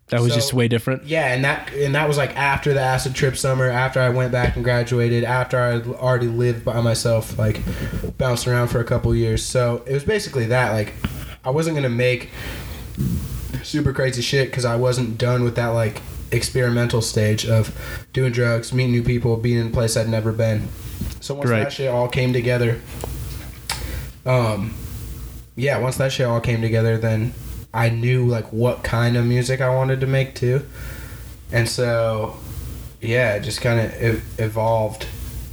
That was So- just way different. Yeah, and that and that was like after the acid trip summer, after I went back and graduated, after I had already lived by myself, like bounced around for a couple years. So it was basically that. Like, I wasn't gonna make super crazy shit because I wasn't done with that like experimental stage of doing drugs, meeting new people, being in a place I'd never been. So once Right. that shit all came together, um, yeah, once that shit all came together, then I knew like what kind of music I wanted to make too, and so yeah, it just kind of evolved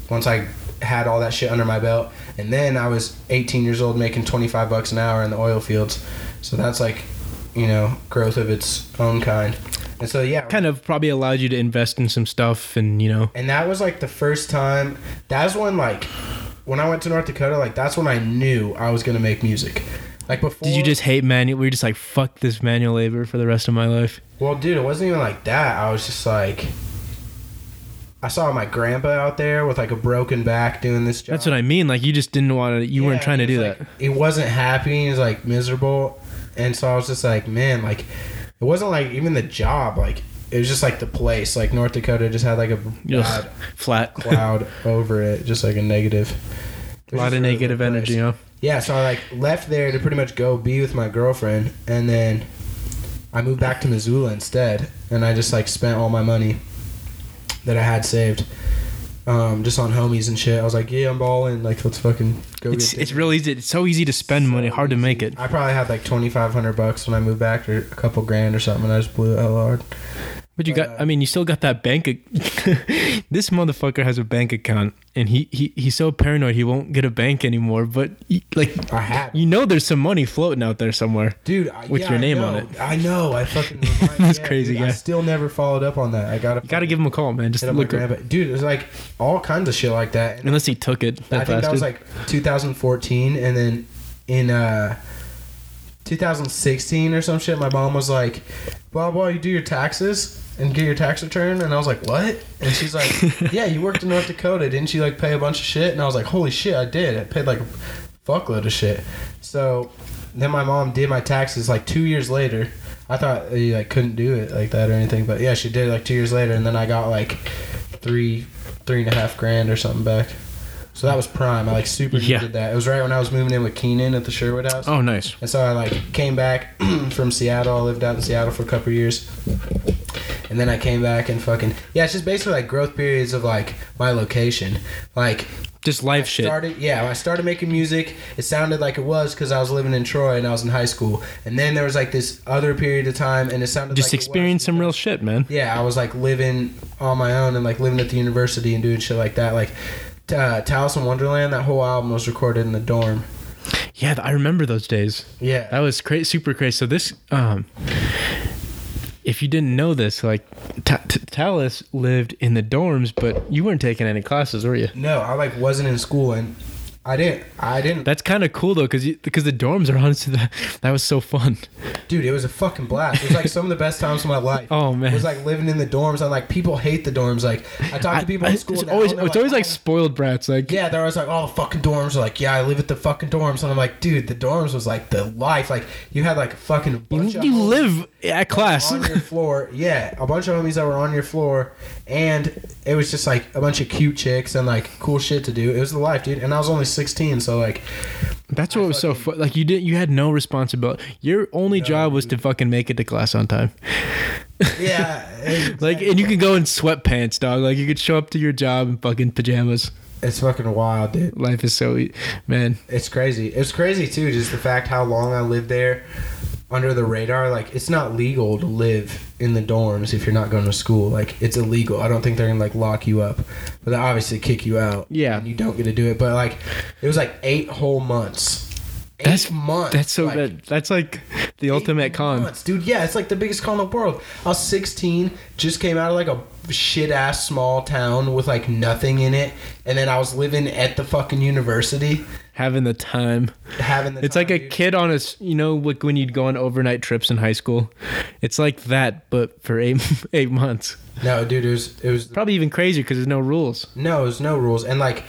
once I had all that shit under my belt, and then I was 18 years old making 25 bucks an hour in the oil fields, so that's like you know growth of its own kind, and so yeah, Kind of probably allowed you to invest in some stuff and, you know, and that was like the first time. That's when like when I went to North Dakota, like that's when I knew I was gonna make music. Like before, did you just hate manual? Were you just like, fuck this manual labor for the rest of my life? Well, dude, it wasn't even like that. I was just like, I saw my grandpa out there with like a broken back doing this job. That's what I mean. Like, you just didn't want to, you weren't Yeah, trying to he do was, that. like, He wasn't happy. He was like miserable, and so I was just like, man, like it wasn't like even the job. Like it was just like the place. Like North Dakota just had like a Ugh, bad (laughs) flat. cloud over it, just like a negative. a lot of negative energy, huh? Yeah, so I like left there to pretty much go be with my girlfriend, and then I moved back to Missoula instead, and I just like spent all my money that I had saved, um, just on homies and shit. I was like, yeah, I'm balling, like let's fucking go. It's, get it's real easy. It's so easy to spend money, hard to make it. I probably had like twenty five hundred bucks when I moved back, or a couple grand or something, and I just blew it hell hard. But you got, But, uh, I mean, you still got that bank. ac- (laughs) this motherfucker has a bank account, and he, he he's so paranoid he won't get a bank anymore. But y- like, I had, you know, there's some money floating out there somewhere. dude, I, With yeah, your I name on know. it. I know. (laughs) I fucking remind- This yeah, crazy dude, I guy. still never followed up on that. I gotta Got to give him a call, man. Just hit up my look, up, grandpa. Dude, it was like all kinds of shit like that. And unless he took it. That I think that was bastard. like 2014, and then in uh, 2016 or some shit, my mom was like, "Blah blah, you do your taxes and get your tax return," and I was like, "What?" And (laughs) she's like, "Yeah, you worked in North Dakota, didn't you like pay a bunch of shit?" And I was like, "Holy shit, I did! I paid like a fuckload of shit." So then my mom did my taxes like two years later. I thought they like couldn't do it like that or anything, but yeah, she did it, like two years later, and then I got like three, three and a half grand or something back. So that was prime. I like super Yeah. needed that. It was right when I was moving in with Keenan at the Sherwood House. oh, nice. And so I like came back (clears throat) from Seattle. I lived out in Seattle for a couple years. And then I came back and fucking yeah, it's just basically like growth periods of like my location. Like Just life I shit. started yeah, when I started making music, it sounded like it was cuz I was living in Troy and I was in high school. And then there was like this other period of time and it sounded Just like it was experience some real shit, man. yeah, I was like living on my own and like living at the university and doing shit like that. Like t- uh, Taos in Wonderland, that whole album was recorded in the dorm. Yeah, th- I remember those days. Yeah, That was crazy, super crazy. So this, um, if you didn't know this, like Ta- T- Talis lived in the dorms, but you weren't taking any classes, were you? no, I like wasn't in school and I didn't. I didn't, That's kind of cool though, because because the dorms are (laughs) honestly that that was so fun. dude. It was a fucking blast. It was like some of the best times of my life. (laughs) Oh, man. it was like living in the dorms. I'm like people hate the dorms. Like I talk to people I- in school. it's now, always and they're it's always like "Oh, spoiled brats. Like Yeah, they're always like, oh, the fucking dorms. Are like, yeah, I live at the fucking dorms, and I'm like, dude, the dorms was like the life. Like, you had like a fucking you, bunch of you homies. live at class. on your floor. Yeah, a bunch of homies that were on your floor, and it was just like a bunch of cute chicks and like cool shit to do. It was the life, dude. And I was only 16, so like, (laughs) That's what was so fun. Like you didn't you had no responsibility. Your only job was to fucking make it to class on time. yeah, (laughs) it- Like and you could go in sweatpants, dog. Like you could show up to your job in fucking pajamas. it's fucking wild, dude. Life is so e- man. It's crazy. It's crazy too, just the fact how long I lived there under the radar. Like, it's not legal to live in the dorms if you're not going to school. Like, it's illegal. I don't think they're gonna like lock you up, but they obviously kick you out. Yeah. and you don't get to do it. But like, it was like eight whole months. Eight That's- months. That's so like, that, that's like the ultimate con. months, dude. Yeah, it's like the biggest con in the world. I was 16, just came out of like a shit ass small town with like nothing in it, and then I was living at the fucking university, Having the time. having the. It's time, like a dude. kid on a s- you know like when you'd go on overnight trips in high school. It's like that but for (laughs) 8 8 months. No, dude, it was it was Probably even crazier cuz there's no rules. no, it was no rules, and like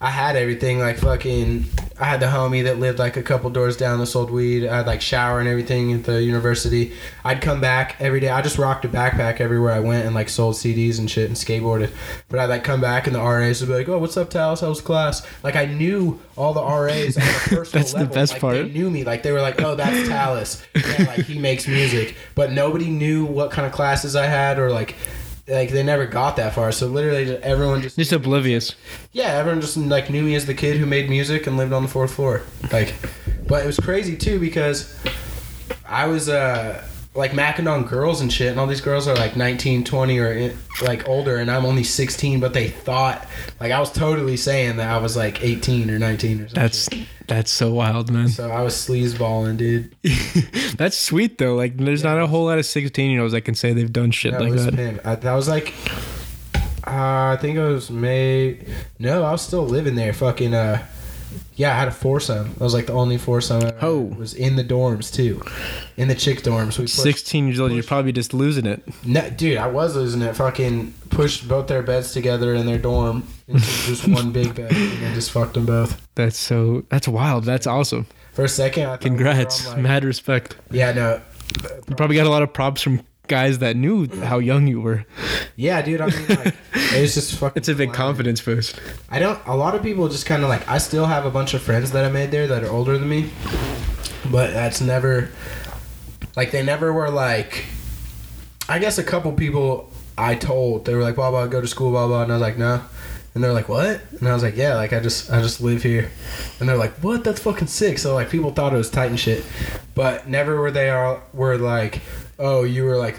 I had everything like fucking I had the homie that lived like a couple doors down that sold weed. I'd like shower and everything at the university. I'd come back every day. I just rocked a backpack everywhere I went and like sold CDs and shit and skateboarded. But I'd like come back and the RAs would be like, "Oh, what's up, Talos? How was class?" Like I knew all the RAs (laughs) on a personal That's the level. best Like, part. They knew me. Like they were like, "Oh, that's Talos." Yeah, like he makes music, but nobody knew what kind of classes I had or like. Like they never got that far, so literally just- everyone just Just oblivious. yeah, everyone just like knew me as the kid who made music and lived on the fourth floor. Like, but it was crazy too because I was uh like macking on girls and shit, and all these girls are like 19, 20, or eh, like older, and I'm only 16, but they thought like I was totally saying that I was like 18 or 19 or something. That's that's so wild, man. (laughs) so I was sleazeballing, dude. that's sweet though. Like, there's not a whole lot of 16 year olds that can say they've done shit That like was that. pimp. I, that was like. Uh, I think it was May. No, I was still living there. Fucking uh, yeah, I had a foursome. That was like the only foursome. I ever Oh. had. was in the dorms too, in the chick dorms. We pushed, 16 years old, you're probably just losing it. No, dude, I was losing it. Fucking pushed both their beds together in their dorm (laughs) into just one big bed, and then just fucked them both. That's so. That's wild. That's awesome. For a second, I thought we were Congrats. on, like- Mad respect. yeah, no, You probably got a lot of props from guys that knew how young you were. yeah, dude. I mean, like, it was just fucking. (laughs) It's a big wild. confidence boost. I don't. A lot of people just kind of like. I still have a bunch of friends that I made there that are older than me, but that's never. Like they never were like. I guess a couple people I told they were like blah blah go to school blah blah and I was like no, and they're like what and I was like yeah like I just I just live here, and they're like what that's fucking sick so like people thought it was tight and shit, but never were they all were like oh you were like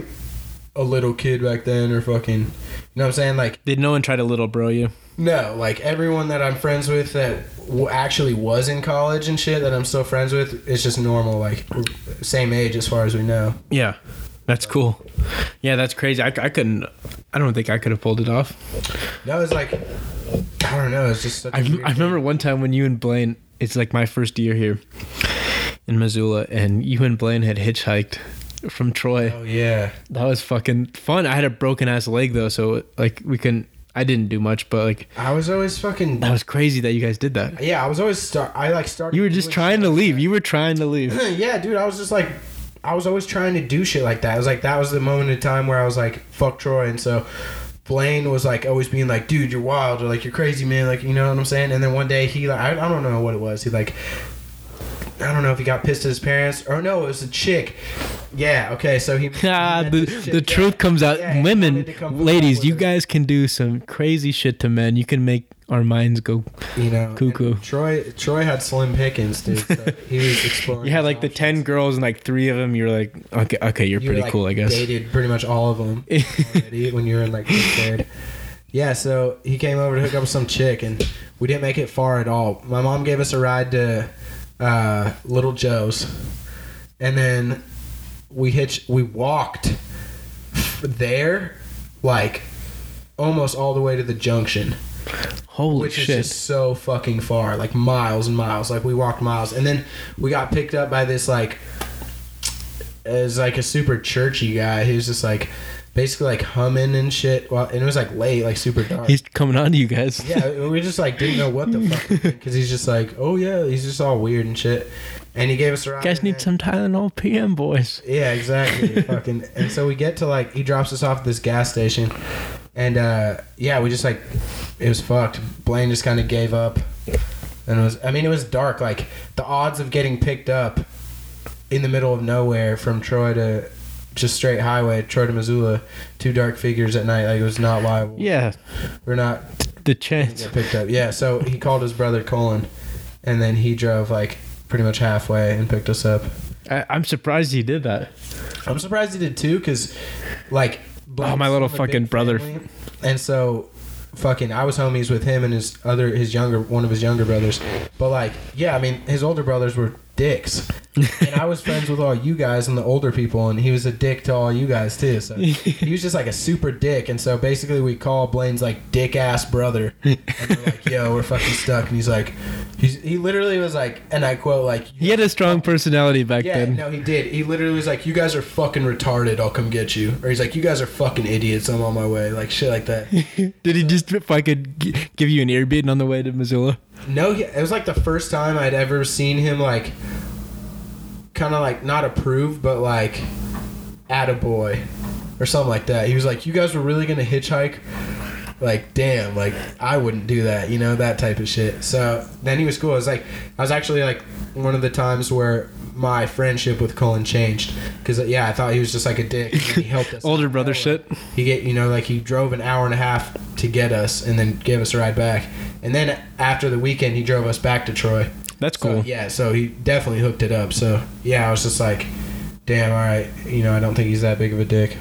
a little kid back then or fucking you know what I'm saying like Did no one try to little bro you? no, like everyone that I'm friends with that w- actually was in college and shit that I'm still friends with, it's just normal, like we're same age as far as we know. Yeah. That's cool. Yeah, that's crazy. I, I couldn't. I don't think I could have pulled it off. No, it's like I don't know, it's just such a I, weird I remember one time when you and Blaine, it's like my first year here in Missoula, and you and Blaine had hitchhiked from Troy. Oh yeah, That was fucking fun. I had a broken ass leg though, so like we couldn't. I didn't do much, but like I was always fucking. that was crazy that you guys did that. Yeah, I was always start. I like started. You were just trying to leave. You were trying to leave. (clears throat) yeah, dude, I was just like, I was always trying to do shit like that. I was like, that was the moment in time where I was like, fuck Troy, and so. Blaine was like always being like, dude, you're wild, or like you're crazy, man, like you know what I'm saying. And then one day he like, I, I don't know what it was. He like, I don't know if he got pissed at his parents or no, it was a chick. Yeah, okay, (laughs) so he. he Ah, met the this chick, the yeah. truth comes out. Yeah, he Women, wanted to come ladies, with you her. guys can do some crazy shit to men. You can make our minds go. you know, cuckoo. and Troy Troy had slim pickings, dude. (laughs) So he was exploring. You had his like the options. ten girls and like three of them. You're like, okay, okay, you're You pretty like, cool, I guess. Dated pretty much all of them (laughs) already when you were in like fifth grade. Yeah, so he came over to hook up with some chick, and we didn't make it far at all. My mom gave us a ride to uh, Little Joe's, and then we hitch we walked there like almost all the way to the junction Holy which shit! is just so fucking far, like miles and miles. Like we walked miles, and then we got picked up by this like, as like a super churchy guy who's just like, basically like humming and shit. Well, and it was like late, like super dark. He's coming on to (laughs) you guys. yeah, we just like didn't know what the fuck because he's just like, oh yeah, he's just all weird and shit. And he gave us a ride. guys and need then- some Tylenol PM, boys. yeah, exactly. fucking. And so we get to like he drops us off at this gas station, and uh, yeah, we just like it was fucked. Blaine just kind of gave up, and it was. I mean, it was dark. Like the odds of getting picked up in the middle of nowhere from Troy to just straight highway, Troy to Missoula, two dark figures at night. Like it was not liable. Yeah, We're not the chance. get picked up. Yeah. So he called his brother Colin, and then he drove like pretty much halfway and picked us up. I, I'm surprised you did that. I'm surprised he did too, because like Oh, my little Blaine's from a big fucking brother. family, and so fucking I was homies with him and his other his younger one of his younger brothers, but like yeah, I mean his older brothers were dicks, and I was friends with all you guys and the older people, and he was a dick to all you guys too. So he was just like a super dick, and so basically we call Blaine's like dick ass brother, and we're like yo we're fucking stuck, and he's like he's, he literally was like and I quote like He had a strong personality back yeah, then. (laughs) no, he did. He literally was like, "You guys are fucking retarded. I'll come get you." Or he's like, "You guys are fucking idiots. I'm on my way." Like shit, like that. Did he just fucking g- give you an ear beating on the way to Missoula? No, he- it was like the first time I'd ever seen him like, kind of like not approve, but like, attaboy, or something like that. He was like, "You guys were really gonna hitchhike." Like damn, like I wouldn't do that, you know that type of shit. So then he was cool. I was like, I was actually like one of the times where my friendship with Colin changed because yeah, I thought he was just like a dick. And then he helped us. (laughs) Older brother Yeah. shit. He get you know like he drove an hour and a half to get us and then gave us a ride back. And then after the weekend, he drove us back to Troy. That's So, cool. yeah, so he definitely hooked it up. So yeah, I was just like, damn, all right, you know, I don't think he's that big of a dick.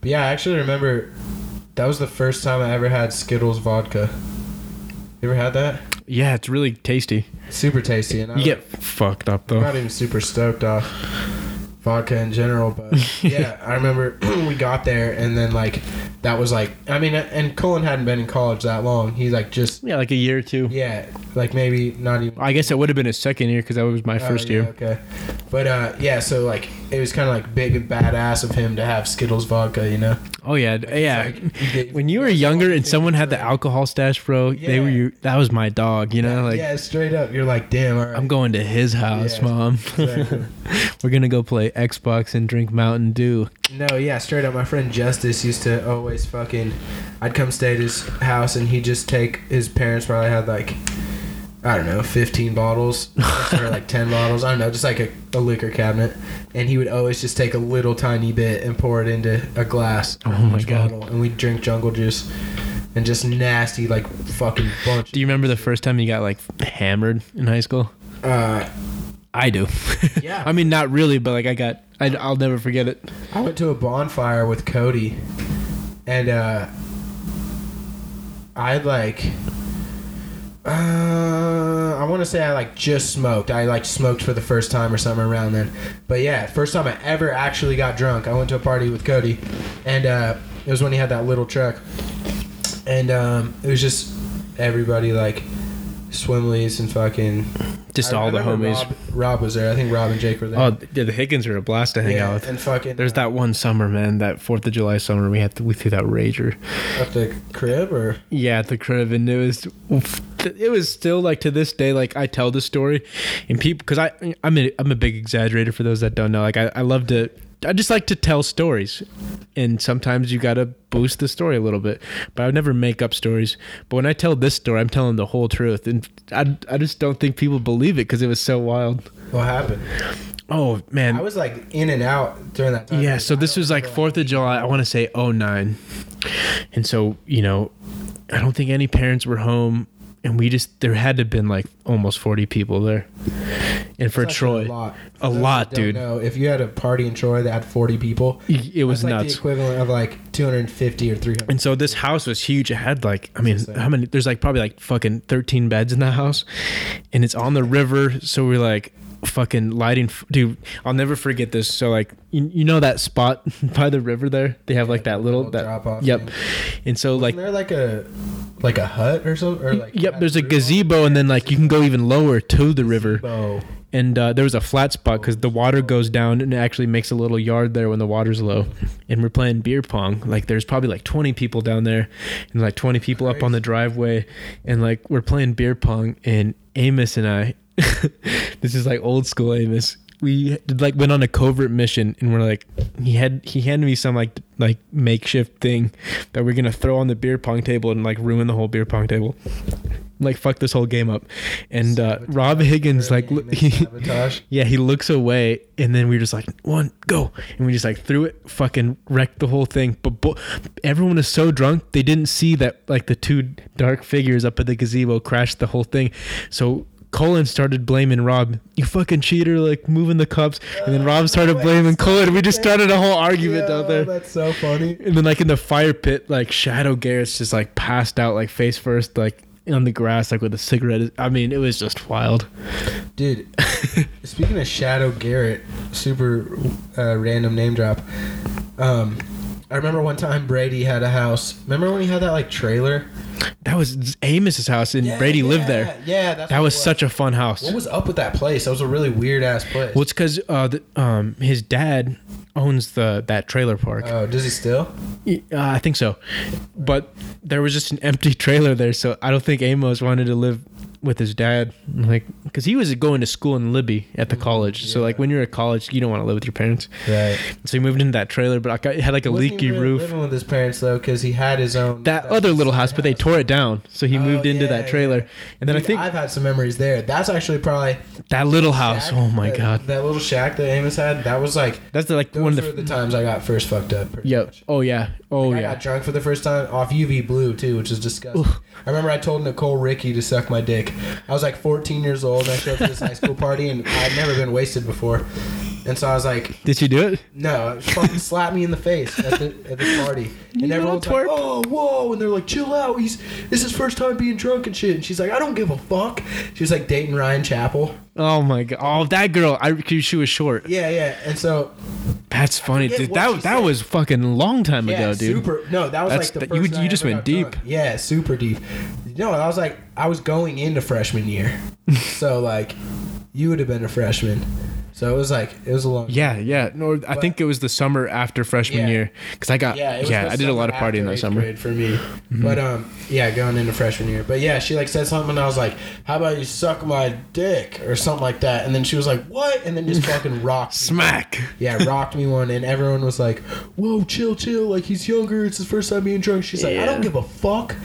But yeah, I actually remember that was the first time I ever had Skittles vodka. You ever had that? Yeah, it's really tasty. Super tasty, and I You was get fucked up I'm though. not even super stoked off vodka in (laughs) general, but yeah, I remember (clears throat) we got there and then like that was like I mean, and Colin hadn't been in college that long. He like just Yeah, like a year or two. yeah, like maybe not even I guess it would have been his second year because that was my Oh, first yeah, year. Okay, but uh, yeah, so like it was kind of like big and badass of him to have Skittles vodka, you know? Oh yeah, d- yeah. like, you get- when you were younger and someone had the alcohol stash, bro, they Yeah. were your, that was my dog. You know, like yeah, straight up, you're like, damn, all right. I'm going to his house, Yeah. mom. (laughs) Exactly. we're gonna go play Xbox and drink Mountain Dew. No, yeah, straight up. My friend Justice used to always fucking. I'd come stay at his house, and he'd just take his parents probably had like, I don't know, (laughs) fifteen bottles or like ten bottles. I don't know, just like a, a liquor cabinet, and he would always just take a little tiny bit and pour it into a glass. Oh my God. and we'd drink jungle juice, and just nasty like fucking bunch. Do you remember the first time you got like hammered in high school? uh, I do. (laughs) Yeah. I mean, not really, but like I got. I, I'll never forget it. I went to a bonfire with Cody, and uh, I like. Uh, I want to say I like just smoked. I like smoked for the first time or something around then. But yeah, first time I ever actually got drunk. I went to a party with Cody, and uh, it was when he had that little truck, and um, it was just everybody like swimleys and fucking Just I- I all the remember homies. Rob, Rob was there. I think Rob and Jake were there. Oh, yeah, the Higgins are a blast to hang out yeah, with. and fucking There's that one summer, man. That Fourth of July summer, we had to, we threw that rager. at the crib or Yeah, at the crib, and it was it was still like to this day. Like I tell this story, and people because I I'm a, I'm a big exaggerator for those that don't know. Like I, I love to. I just like to tell stories, and sometimes you gotta boost the story a little bit. But I would never make up stories. But when I tell this story, I'm telling the whole truth, and I, I just don't think people believe it because it was so wild. What happened? Oh man, I was like in and out during that time. yeah, so this was like 4th of July, I want to say 09. And so, you know, I don't think any parents were home and we just there had to have been like almost 40 people there. And for That's Troy, actually a lot, a lot, dude. No, if you had a party in Troy that had forty people, Y- it was that's like nuts. the equivalent of like two hundred and fifty or three hundred. and so this house was huge. It had like, I mean, insane. how many? There's like probably like fucking 13 beds in that house, and it's on the river. So we're like fucking lighting, f- dude. I'll never forget this. So like, you, you know that spot (laughs) by the river there? They have like that little, little that drop-off Yep. thing. And so like Isn't there like a like a hut or something? Or like yep there's a gazebo and then like you can go even lower to the river Oh, and uh, there was a flat spot because the water goes down and it actually makes a little yard there when the water's low and we're playing beer pong like there's probably like 20 people down there and like 20 people up on the driveway and like we're playing beer pong and amos and i (laughs) this is like old school amos we did, like went on a covert mission and we're like he had he handed me some like like makeshift thing that we're gonna throw on the beer pong table and like ruin the whole beer pong table like fuck this whole game up and uh, rob higgins like Early look- (laughs) Amos sabotage. yeah he looks away and then we were just like one go and we just like threw it fucking wrecked the whole thing but bo- everyone is so drunk they didn't see that like the two dark figures up at the gazebo crashed the whole thing so Colin started blaming Rob. You fucking cheater! Like moving the cups, and then Rob started blaming Colin. We just started a whole argument Yo, out there. That's so funny. And then like in the fire pit, like Shadow Garrett's just like passed out like face first, like on the grass, like with a cigarette. I mean, it was just wild. Dude, (laughs) speaking of Shadow Garrett, super uh, random name drop. Um, I remember one time Brady had a house. Remember when he had that like trailer? That was Amos's house and Yeah, Brady lived yeah, there. Yeah, that's That what was it such a fun house. What was up with that place? That was a really weird ass place. well, it's because uh, the- um, his dad owns the that trailer park. oh, does he still? Uh, I (laughs) think so, but there was just an empty trailer there, so I don't think Amos wanted to live with his dad, like because he was going to school in Libby at the college. So like Mm, yeah. when you're at college, you don't want to live with your parents. Right. So he moved into that trailer, but I got- it had like a Wasn't leaky even roof. Living with his parents though, because he had his own. that that's other his little house, but they house. tore it down. So he Oh, moved into yeah, that trailer, yeah. and then I Dude, think I've had some memories there. That's actually probably that little house. shack- Oh my that- god, That little shack that Amos had. That was like that's the, like those one of were the. the times I got first fucked up. pretty Yep. much. Oh yeah. Oh I yeah. got drunk for the first time off UV blue too, which is disgusting. I remember I told Nicole Ricky to suck my dick. I was like 14 years old. And I showed up to this high school party and I'd never been wasted before, and so I was like, Did you do it? No, it fucking slapped me in the face at the at the party, and little everyone's twerp. like, "Oh, whoa!" And they're like, "Chill out, he's this is his first time being drunk and shit." And she's like, "I don't give a fuck." She was like dating Ryan Chappell. Oh my god. Oh that girl. I 'cause she was short. Yeah, yeah. And so, That's funny, forget dude. what That she that said. was fucking a long time yeah, ago, dude. super. No, that was That's- like the that- first. you- night you I just ever went got deep. drunk. Yeah, super deep. No, I was like, I was going into (laughs) freshman year, so like, you would have been a freshman. So it was like it was a long. Yeah, yeah. No, I think it was the summer after freshman Yeah. year because I got yeah, Yeah, it was the I did a lot of summer partying after that eighth summer. Mm-hmm. grade for me. But um, yeah, going into freshman year. But yeah, she like said something, and I was like, "How about you suck my dick?" or something like that. And then she was like, "What?" And (laughs) then just fucking rocked. me. Smack. Yeah, rocked me one, and everyone was like, "Whoa, chill, chill!" Like he's younger. It's his first time being drunk. She's like, Yeah. "I don't give a fuck."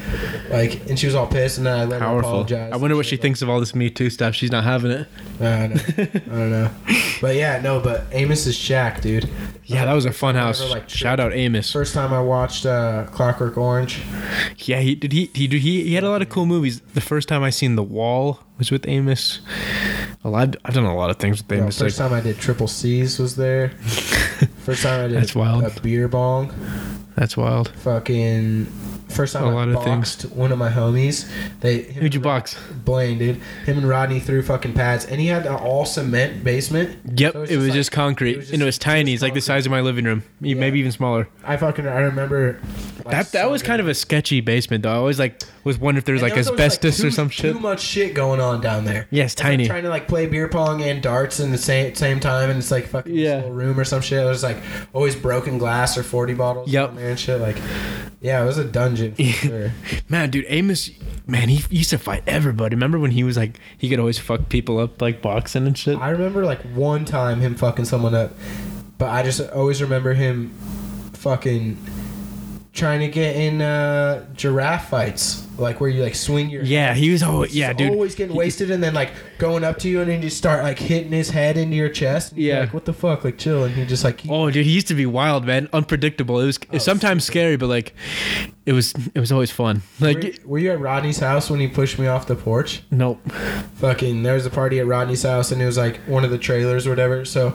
Like, and she was all pissed, and then I let her Powerful. apologize. I wonder what she thinks of all this Me Too stuff. She's not having it. I don't know. I don't know. But yeah, no. But Amos is Shaq, dude. Yeah, that was a fun house. Whatever, like, Shout out Amos. First time I watched uh, Clockwork Orange. Yeah, he did. He he he he had a lot of cool movies. The first time I seen The Wall was with Amos. A lot. I've done a lot of things with No, Amos. first like, time I did triple C's (laughs) was there. first time I did That's wild. a beer bong. that's wild. Fucking first time A I lot of boxed one of my homies. They Who'd you box? box? Blaine, dude. Him and Rodney threw fucking pads, and he had an all cement basement. Yep, So it was like- just concrete, it was and it just- was tiny. just it's like the concrete. size of my living room, e- maybe even smaller. I fucking I remember like, That that so was good. kind of a sketchy basement, though. I always like was wondering if there was And like there was always, asbestos too- or some shit. Too much shit going on down there. Yes, It's like tiny. trying to like play beer pong and darts in the same same time, and it's like fucking Yeah. this little room or some shit. It was like always broken glass or forty bottles Yep. down there and shit. Like, yeah, it was (laughs) a dungeon for sure. Man, dude, Amos, man, he used to fight everybody. Remember when he was like, he could always fuck people up like boxing and shit. I remember like one time him fucking someone up, but I just always remember him fucking trying to get in uh, giraffe fights, like where you like swing your yeah, he was always yeah, He's dude. always getting wasted and then like going up to you and then you start like hitting his head into your chest. And you're Yeah. like what the fuck? Like chill, and he just like. Oh, dude, he used to be wild, man. Unpredictable. It was Oh, sometimes scary, but like, it was it was always fun. Like, were, were you at Rodney's house when he pushed me off the porch? nope. fucking there was a party at Rodney's house and it was like one of the trailers or whatever. So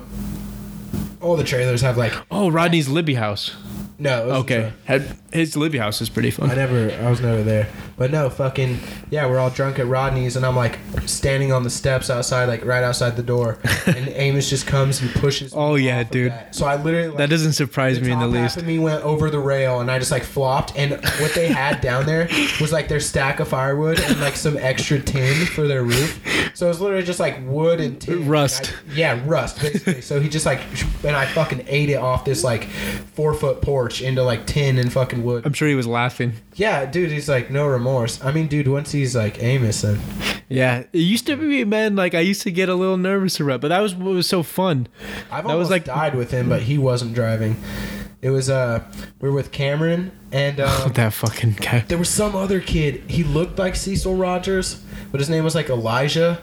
all the trailers have like Oh, Rodney's Libby house. no. it was a Okay, trailer. Had, his Libby house is pretty I fun. never, I was never there. But no, fucking, yeah, we're all drunk at Rodney's, and I'm like standing on the steps outside, like right outside (laughs) the door, and Amos just comes and pushes. me Oh, yeah, off of dude. that. So I literally like, That doesn't surprise me in the top half least. Of me went over the rail, and I just like flopped. And what they had down there was like their stack of firewood and like some extra tin for their roof. So it was literally just like wood and tin. Rust. And I- yeah, rust basically. so he just like and I fucking ate it off this like four foot porch into like tin and fucking wood. I'm sure he was laughing. Yeah, dude, he's like no remorse. I mean, dude, once he's like Amos, then Yeah, it used to be, man. Like I used to get a little nervous around, but that was what was so fun. I've That almost was like- died with him, but he wasn't driving. It was uh, we were with Cameron (laughs) and um, That fucking guy. there was some other kid. He looked like Cecil Rogers, but his name was like Elijah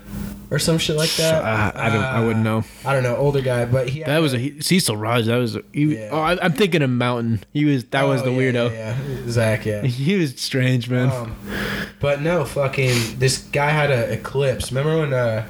or some shit like that. Uh, I don't. I wouldn't know. I don't know, older guy, but he. That was a he- Cecil Raj. That was. A, he, Yeah. Oh, I, I'm thinking of Mountain. He was. That was Oh, the yeah, weirdo. Yeah, yeah. (laughs) Zach. Yeah. He was strange, man. Um, but no, fucking this guy had a eclipse. Remember when uh,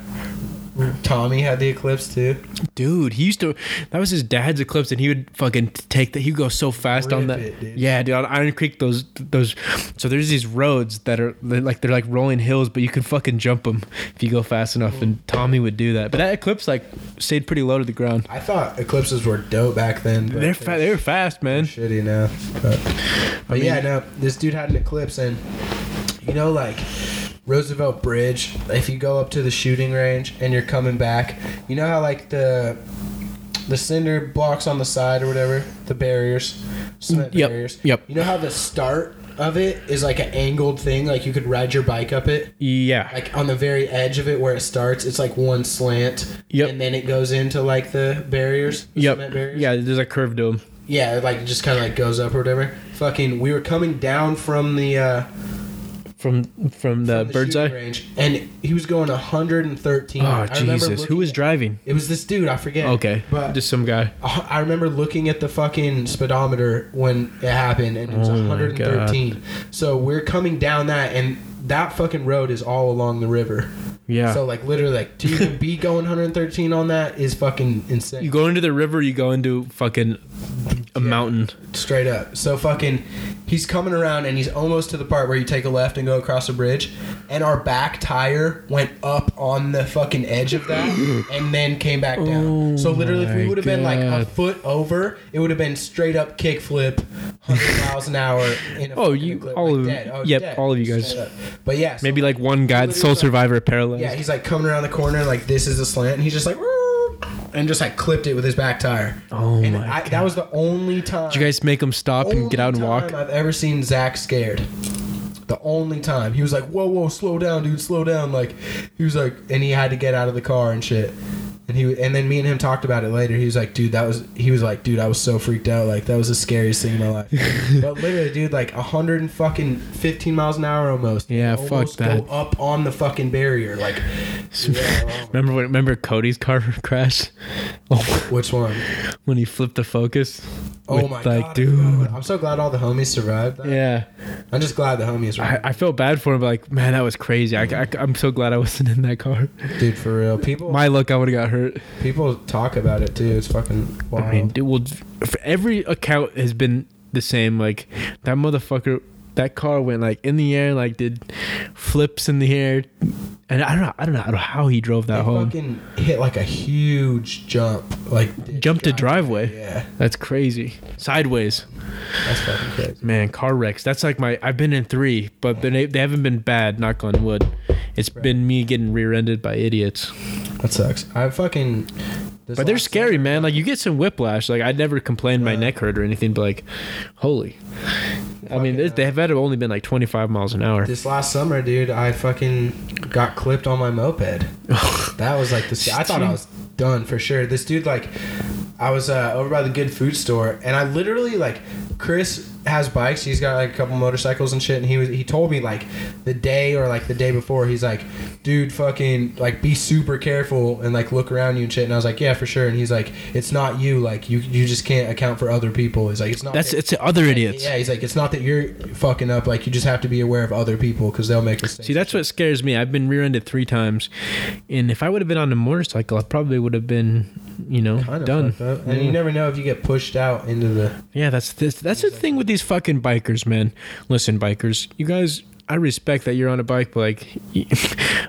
Tommy had the eclipse too? dude, he used to. That was his dad's eclipse, and he would fucking take that. He'd go so fast on Rip that. it, dude. Yeah, dude. On Iron Creek, those those. So there's these roads that are they're like they're like rolling hills, but you can fucking jump them if you go fast enough. And Tommy would do that, but that eclipse like stayed pretty low to the ground. I thought eclipses were dope back then. But They're fa- they were fast, man. shitty now. But, but yeah, no, this dude had an eclipse, and you know, like Roosevelt Bridge, if you go up to the shooting range and you're coming back, you know how like the the cinder blocks on the side or whatever, the barriers, cement Mm, Yep, barriers. yep. You know how the start of it is like an angled thing. Like you could ride your bike up it. Yeah. Like on the very edge of it where it starts, it's like one slant. Yep. And then it goes into like the barriers. the yep. cement barriers. Yeah, there's a curved dome. Yeah, it, like it just kind of like goes up or whatever. Fucking, we were coming down from the, uh, From from the, from the bird's eye. shooting range, and he was going 113. I Oh remember Jesus. looking Who was at- driving? It was this dude. I forget. Okay. but Just some guy. I I remember looking at the fucking speedometer when it happened, and it was Oh my 113. So we're coming down that, and that fucking road is all along the river. Yeah. So like literally, like to (laughs) even be going 113 on that is fucking you insane. go into the river, you go into fucking a mountain. Straight up. So fucking, he's coming around, and he's almost to the part where you take a left and go across a bridge, and our back tire went up on the fucking edge of (gasps) that, and then came back down. Oh so literally, if my we would have been like a God. foot over, it would have been straight up kickflip, (laughs) hundred miles an hour. In a Oh, fucking you- clip, all like of- dead. Oh, yep, dead. all of you guys. Straight up. But yeah, so Maybe like one guy, the sole survivor, paralyzed. Yeah, he's like coming around the corner, like this is the slant, and he's just like, "Woo," and just like clipped it with his back tire. Oh and my I, That was the only time. Did you guys make him stop and get out and only walk? time I've ever seen Zach scared. The only time he was like, "Whoa, whoa, slow down, dude, slow down!" Like he was like, and he had to get out of the car and shit. And he and then me and him talked about it later. He was like, "Dude, that was." He was like, "Dude, I was so freaked out. Like that was the scariest thing in my life." (laughs) but literally, dude, like a hundred and fucking fifteen miles an hour almost. Yeah, You fuck almost that. Go up on the fucking barrier, like. (laughs) Yeah, Remember when, remember Cody's car (laughs) crash? Oh, which one? when he flipped the Focus. Oh With, my like, god, I forgot dude. about- I'm so glad all the homies survived. that. Yeah, I'm just glad the homies. I, survived. I felt bad for him. But like, man, that was crazy. I, am so glad I wasn't (laughs) in that car. dude, for real, people. My luck, I would have got hurt. People talk about it too. It's fucking wild. I mean, dude, well, for every account has been the same. Like that motherfucker, that car went like in the air, like did flips in the air, and I don't know, I don't know, I don't know how he drove that They home. fucking hit like a huge jump, like ditch Jumped a driveway. driveway. Yeah, That's crazy. Sideways. that's fucking crazy. Man, car wrecks. That's like my. I've been in three, but they they haven't been bad. Knock on wood. It's been me getting rear-ended by idiots. That sucks. I fucking. this But they're last- scary, man. Like you get some whiplash. Like I never complained my Yeah. neck hurt or anything, but like, holy. I mean, Fucking they- hell. they've had only been like 25 miles an hour. This last summer, dude, I fucking got clipped on my moped. That was like the. sc- I thought I was done for sure. This dude, like, I was uh, over by the good food store, and I literally like, Chris has bikes. He's got like a couple motorcycles and shit. And he was he told me like the day or like the day before. He's like, dude, fucking like be super careful and like look around you and shit. And I was like, yeah, for sure. And he's like, it's not you. Like you you just can't account for other people. He's like, it's not. That's it's the other idiots. Yeah, he's like, it's not that you're fucking up. Like, you just have to be aware of other people because they'll make mistakes. See, that's what scares me. I've been rear-ended three times, and if I would have been on a motorcycle, I probably would have been, you know, Kinda done. fucked up. And you never know if you get pushed out into the. Yeah, that's this. That's the thing with these fucking bikers, man. Listen, bikers, you guys. I respect that you're on a bike, but like, (laughs)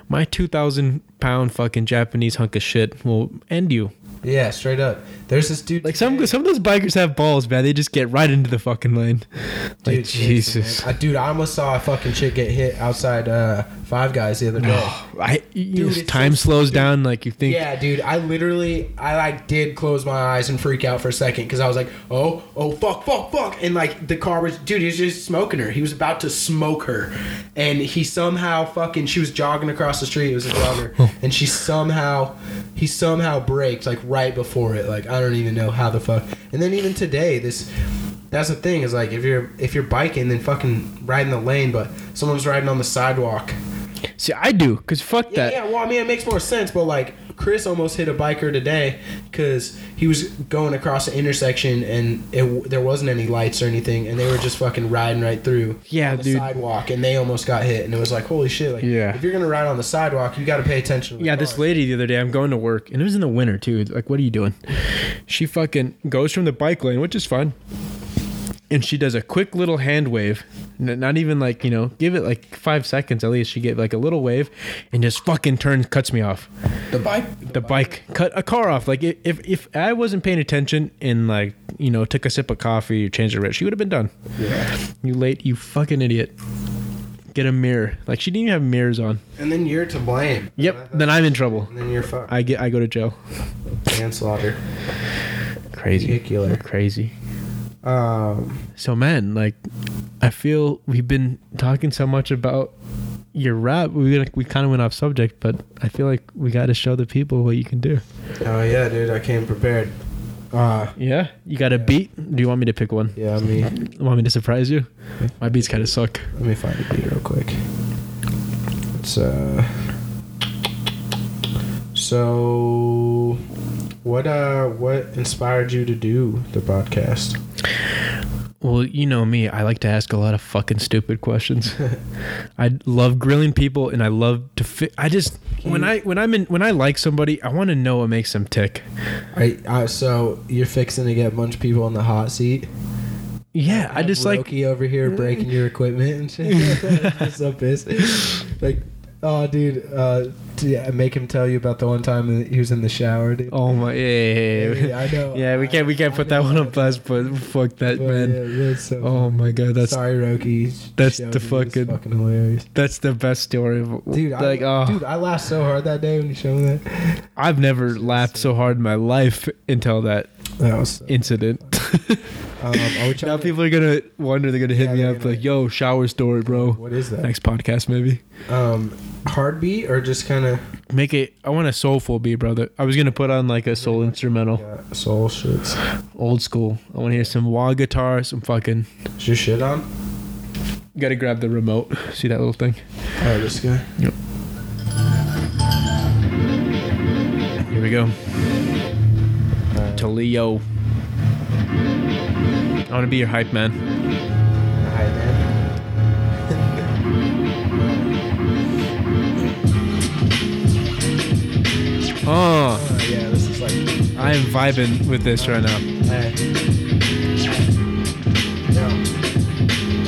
my two thousand pound fucking Japanese hunk of shit will end you. Yeah, straight up. There's this dude. Like some some of those bikers have balls, man. They just get right into the fucking lane. (laughs) Like Jesus, I, dude, I almost saw a fucking chick get hit outside uh, Five Guys the other day. (sighs) I, you Dude, know, it's time so slows down. Like you think, yeah, dude, I literally, I like did close my eyes and freak out for a second because I was like, oh, oh, fuck, fuck, fuck, and like the car was, dude, he was just smoking her. He was about to smoke her, and he somehow fucking, she was jogging across the street. It was a jogger, and she somehow, he somehow braked like right before it. Like I don't even know how the fuck. And then even today, this. That's the thing is like if you're if you're biking then fucking ride in the lane but someone's riding on the sidewalk see, I do, cause fuck yeah, that. yeah, well, I mean, it makes more sense, but like Chris almost hit a biker today because he was going across the intersection and it, there wasn't any lights or anything, and they were just fucking riding right through. Yeah, on the dude. Sidewalk, and they almost got hit, and it was like, holy shit! Like, Yeah. if you're gonna ride on the sidewalk, you got to pay attention. To the Yeah, this cars. lady the other day, I'm going to work, and it was in the winter too. Like, what are you doing? She fucking goes from the bike lane, which is fine, and she does a quick little hand wave. N- Not even like you know, give it like five seconds at least. She gave like a little wave, and just fucking turns, cuts me off. the bike. The bike cut a car off. Like i- if if I wasn't paying attention and like you know took a sip of coffee, or changed her rate, she would have been done. Yeah. You late, you fucking idiot. Get a mirror. Like she didn't even have mirrors on. And then you're to blame. Uh-huh. Yep. Then I'm in trouble. And then you're fucked. I get I go to jail. Manslaughter. Crazy. Ridiculous. Crazy. Um. So man, like I feel we've been talking so much about your rap. We we kind of went off subject, but I feel like we got to show the people what you can do. Oh yeah, dude, I came prepared. Uh Yeah, you got a Yeah. beat. Do you want me to pick one? yeah, let me let Want me to surprise you? My beats kind of suck. me find a beat real quick. It's uh so what uh what inspired you to do the podcast? Well, you know me. I like to ask a lot of fucking stupid (laughs) questions. I love grilling people, and I love to. Fi- I just when I when I'm in when I like somebody, I want to know what makes them tick. I, I so you're fixing to get a bunch of people on the hot seat. Yeah, I just like Loki over here breaking your equipment and (laughs) shit. I'm so pissed. Like, oh, dude, uh, d- yeah, make him tell you about the one time that he was in the shower, dude. Oh my! Yeah, yeah, yeah. Yeah, I (laughs) know. Yeah, we can't we can't I put that know. one on blast, but fuck that But, man. yeah, that's so Oh my god, that's sorry, Roki. that's Showed the me. It's fucking- fucking hilarious, that's the best story. Of, dude. like, I, oh, dude, I laughed so hard that day when you showed me that. I've never laughed so hard in my life until that That was. Um, incident. (laughs) I would try now to- people are gonna wonder. They're gonna hit Yeah, me they're up gonna- like, "Yo, shower story, bro." What is that? Next podcast, maybe. Um, hard beat or just kind of Make it. I want a soulful beat, brother. I was gonna put on like a soul instrumental, yeah, soul shits? old school. I want to hear some wah guitar, some fucking. Is your shit on? Gotta grab the remote. See that little thing? Oh, this guy. Here we go. Alright. To Leo. I want to be your hype man. Hi, man. Oh, Oh, yeah, this is like. I am vibing with this right now. Hey. Yo.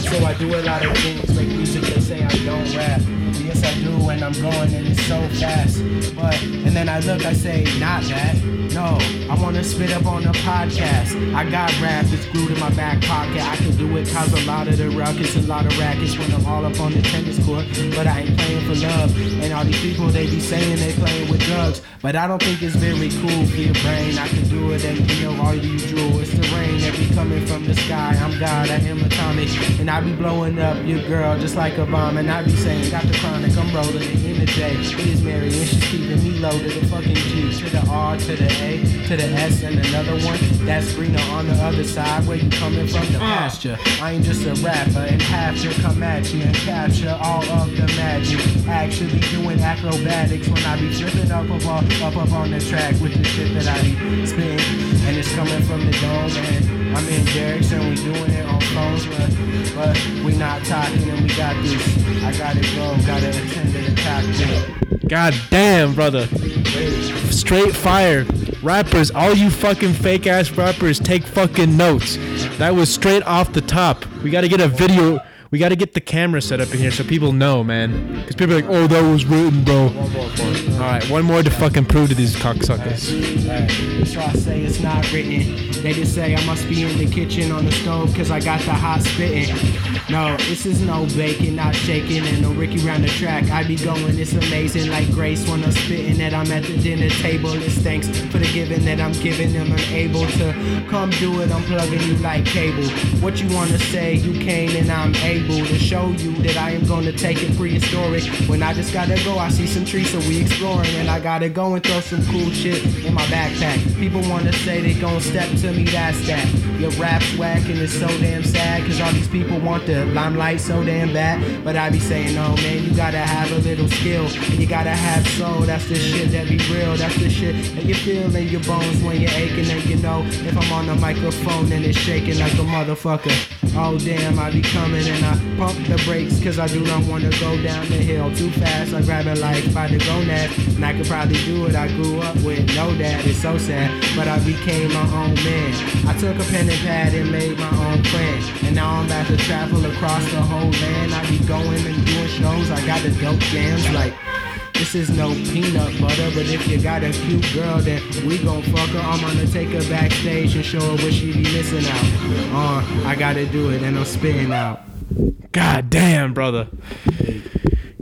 So I do a lot of things, make music, they say I don't rap. Yes, I do, and I'm going, and it's so fast. But, and then I look, I say, not that. No, I wanna spit up on the podcast. I got rap, it's glued in my back pocket. I can do it, cause a lot of the ruckus, a lot of rackets when I'm all up on the tennis court. But I ain't playing for love, and all these people, they be saying they playing with drugs. But I don't think it's very cool for your brain. I can do it, and you know, all you drew is the rain that be coming from the sky. I'm God, I am atomic, and I be blowing up your girl just like a bomb. And I be saying, got the chronic, I'm rolling it in the day. It is Mary, and she's keeping me loaded. The fucking G to the R to the A to the S, and another one that's greener on the other side. Where you coming from? The pasture. I ain't just a rapper, and half to come at you and capture all of the magic. Actually doing acrobatics when I be tripping up above, up up on the track with the shit that I be spitting, and it's coming from the dome. And I'm in Derek's, and we doing it on phones, but but we not talking, and we got this. I gotta go, gotta attend to the cocktail. God damn, brother. Straight fire. Rappers, all you fucking fake ass rappers, take fucking notes. That was straight off the top. We gotta get a video. We gotta get the camera set up in here so people know, man. Because people are like, oh, that was written, bro. One more point. Alright, one more to fucking prove to these cocksuckers. So I say it's not written. They just say I must be in the kitchen on the stove cause I got the hot spittin'. No, this is no baking, not shaking, and no Ricky round the track. I be going, it's amazing, like Grace when I'm spitting that I'm at the dinner table. It's thanks for the giving that I'm giving them. I'm able to come do it, I'm plugging you like cable. What you wanna say, you can, and I'm able to show you that I am gonna take it prehistoric. When I just gotta go, I see some trees, so we exploring, and I gotta go and throw some cool shit in my backpack. People wanna say they gon' step to me, that's that. Your rap's whack, and it's so damn sad, cause all these people want the limelight so damn bad. But I be saying, no, man, you gotta have a little skill, and you gotta have soul. That's the shit that be real, that's the shit that you feel in your bones when you're aching, and you know if I'm on the microphone, then it's shaking like a motherfucker. Oh damn, I be coming and I pump the brakes Cause I do not wanna go down the hill too fast I grab it like by the gonads And I could probably do it, I grew up with no dad It's so sad, but I became my own man I took a pen and pad and made my own plan And now I'm about to travel across the whole land I be going and doing shows, I got the dope jams like this is no peanut butter, but if you got a cute girl, then we gon' fuck her. I'm gonna take her backstage and show her what she be missing out. Uh, I gotta do it, and I'm spitting out. God damn, brother.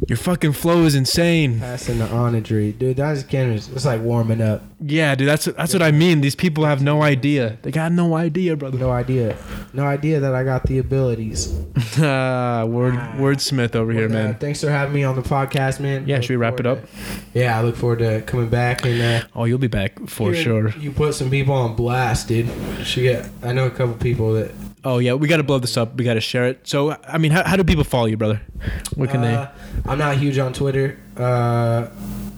Your fucking flow is insane. Passing the onagery, dude. That is cannabis. It's like warming up. Yeah, dude, that's that's what I mean. These people have no idea. They got no idea, brother. (laughs) No idea. No idea that I got the abilities. Ah, word wordsmith over here, But, uh, man. thanks for having me on the podcast, man. Yeah, Look should we wrap it forward up? to- yeah, I look forward to coming back and uh, Oh, you'll be back for hearing sure. You put some people on blast, dude. Should get. I know a couple people that Oh yeah, we got to blow this up. We got to share it. So, I mean, how, how do people follow you, brother? Where can Uh, I'm not huge on Twitter. Uh,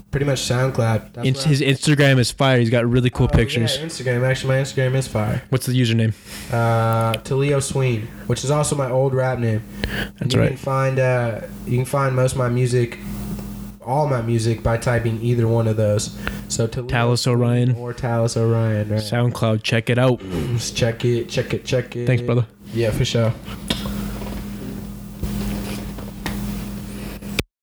pretty much SoundCloud. That's they? In, what his Instagram is fire. He's got really cool I- pictures. Oh, Yeah, Instagram. Actually, my Instagram is fire. What's the username? Uh, Taleo Sween, which is also my old rap name. That's you right. Can find uh, you can find most of my music, all my music, by typing either one of those. So Taleo Talos Orion. or Talos Orion. Right? SoundCloud. Check it out. Just check it. Check it. Check it. Thanks, brother. Yeah, for sure.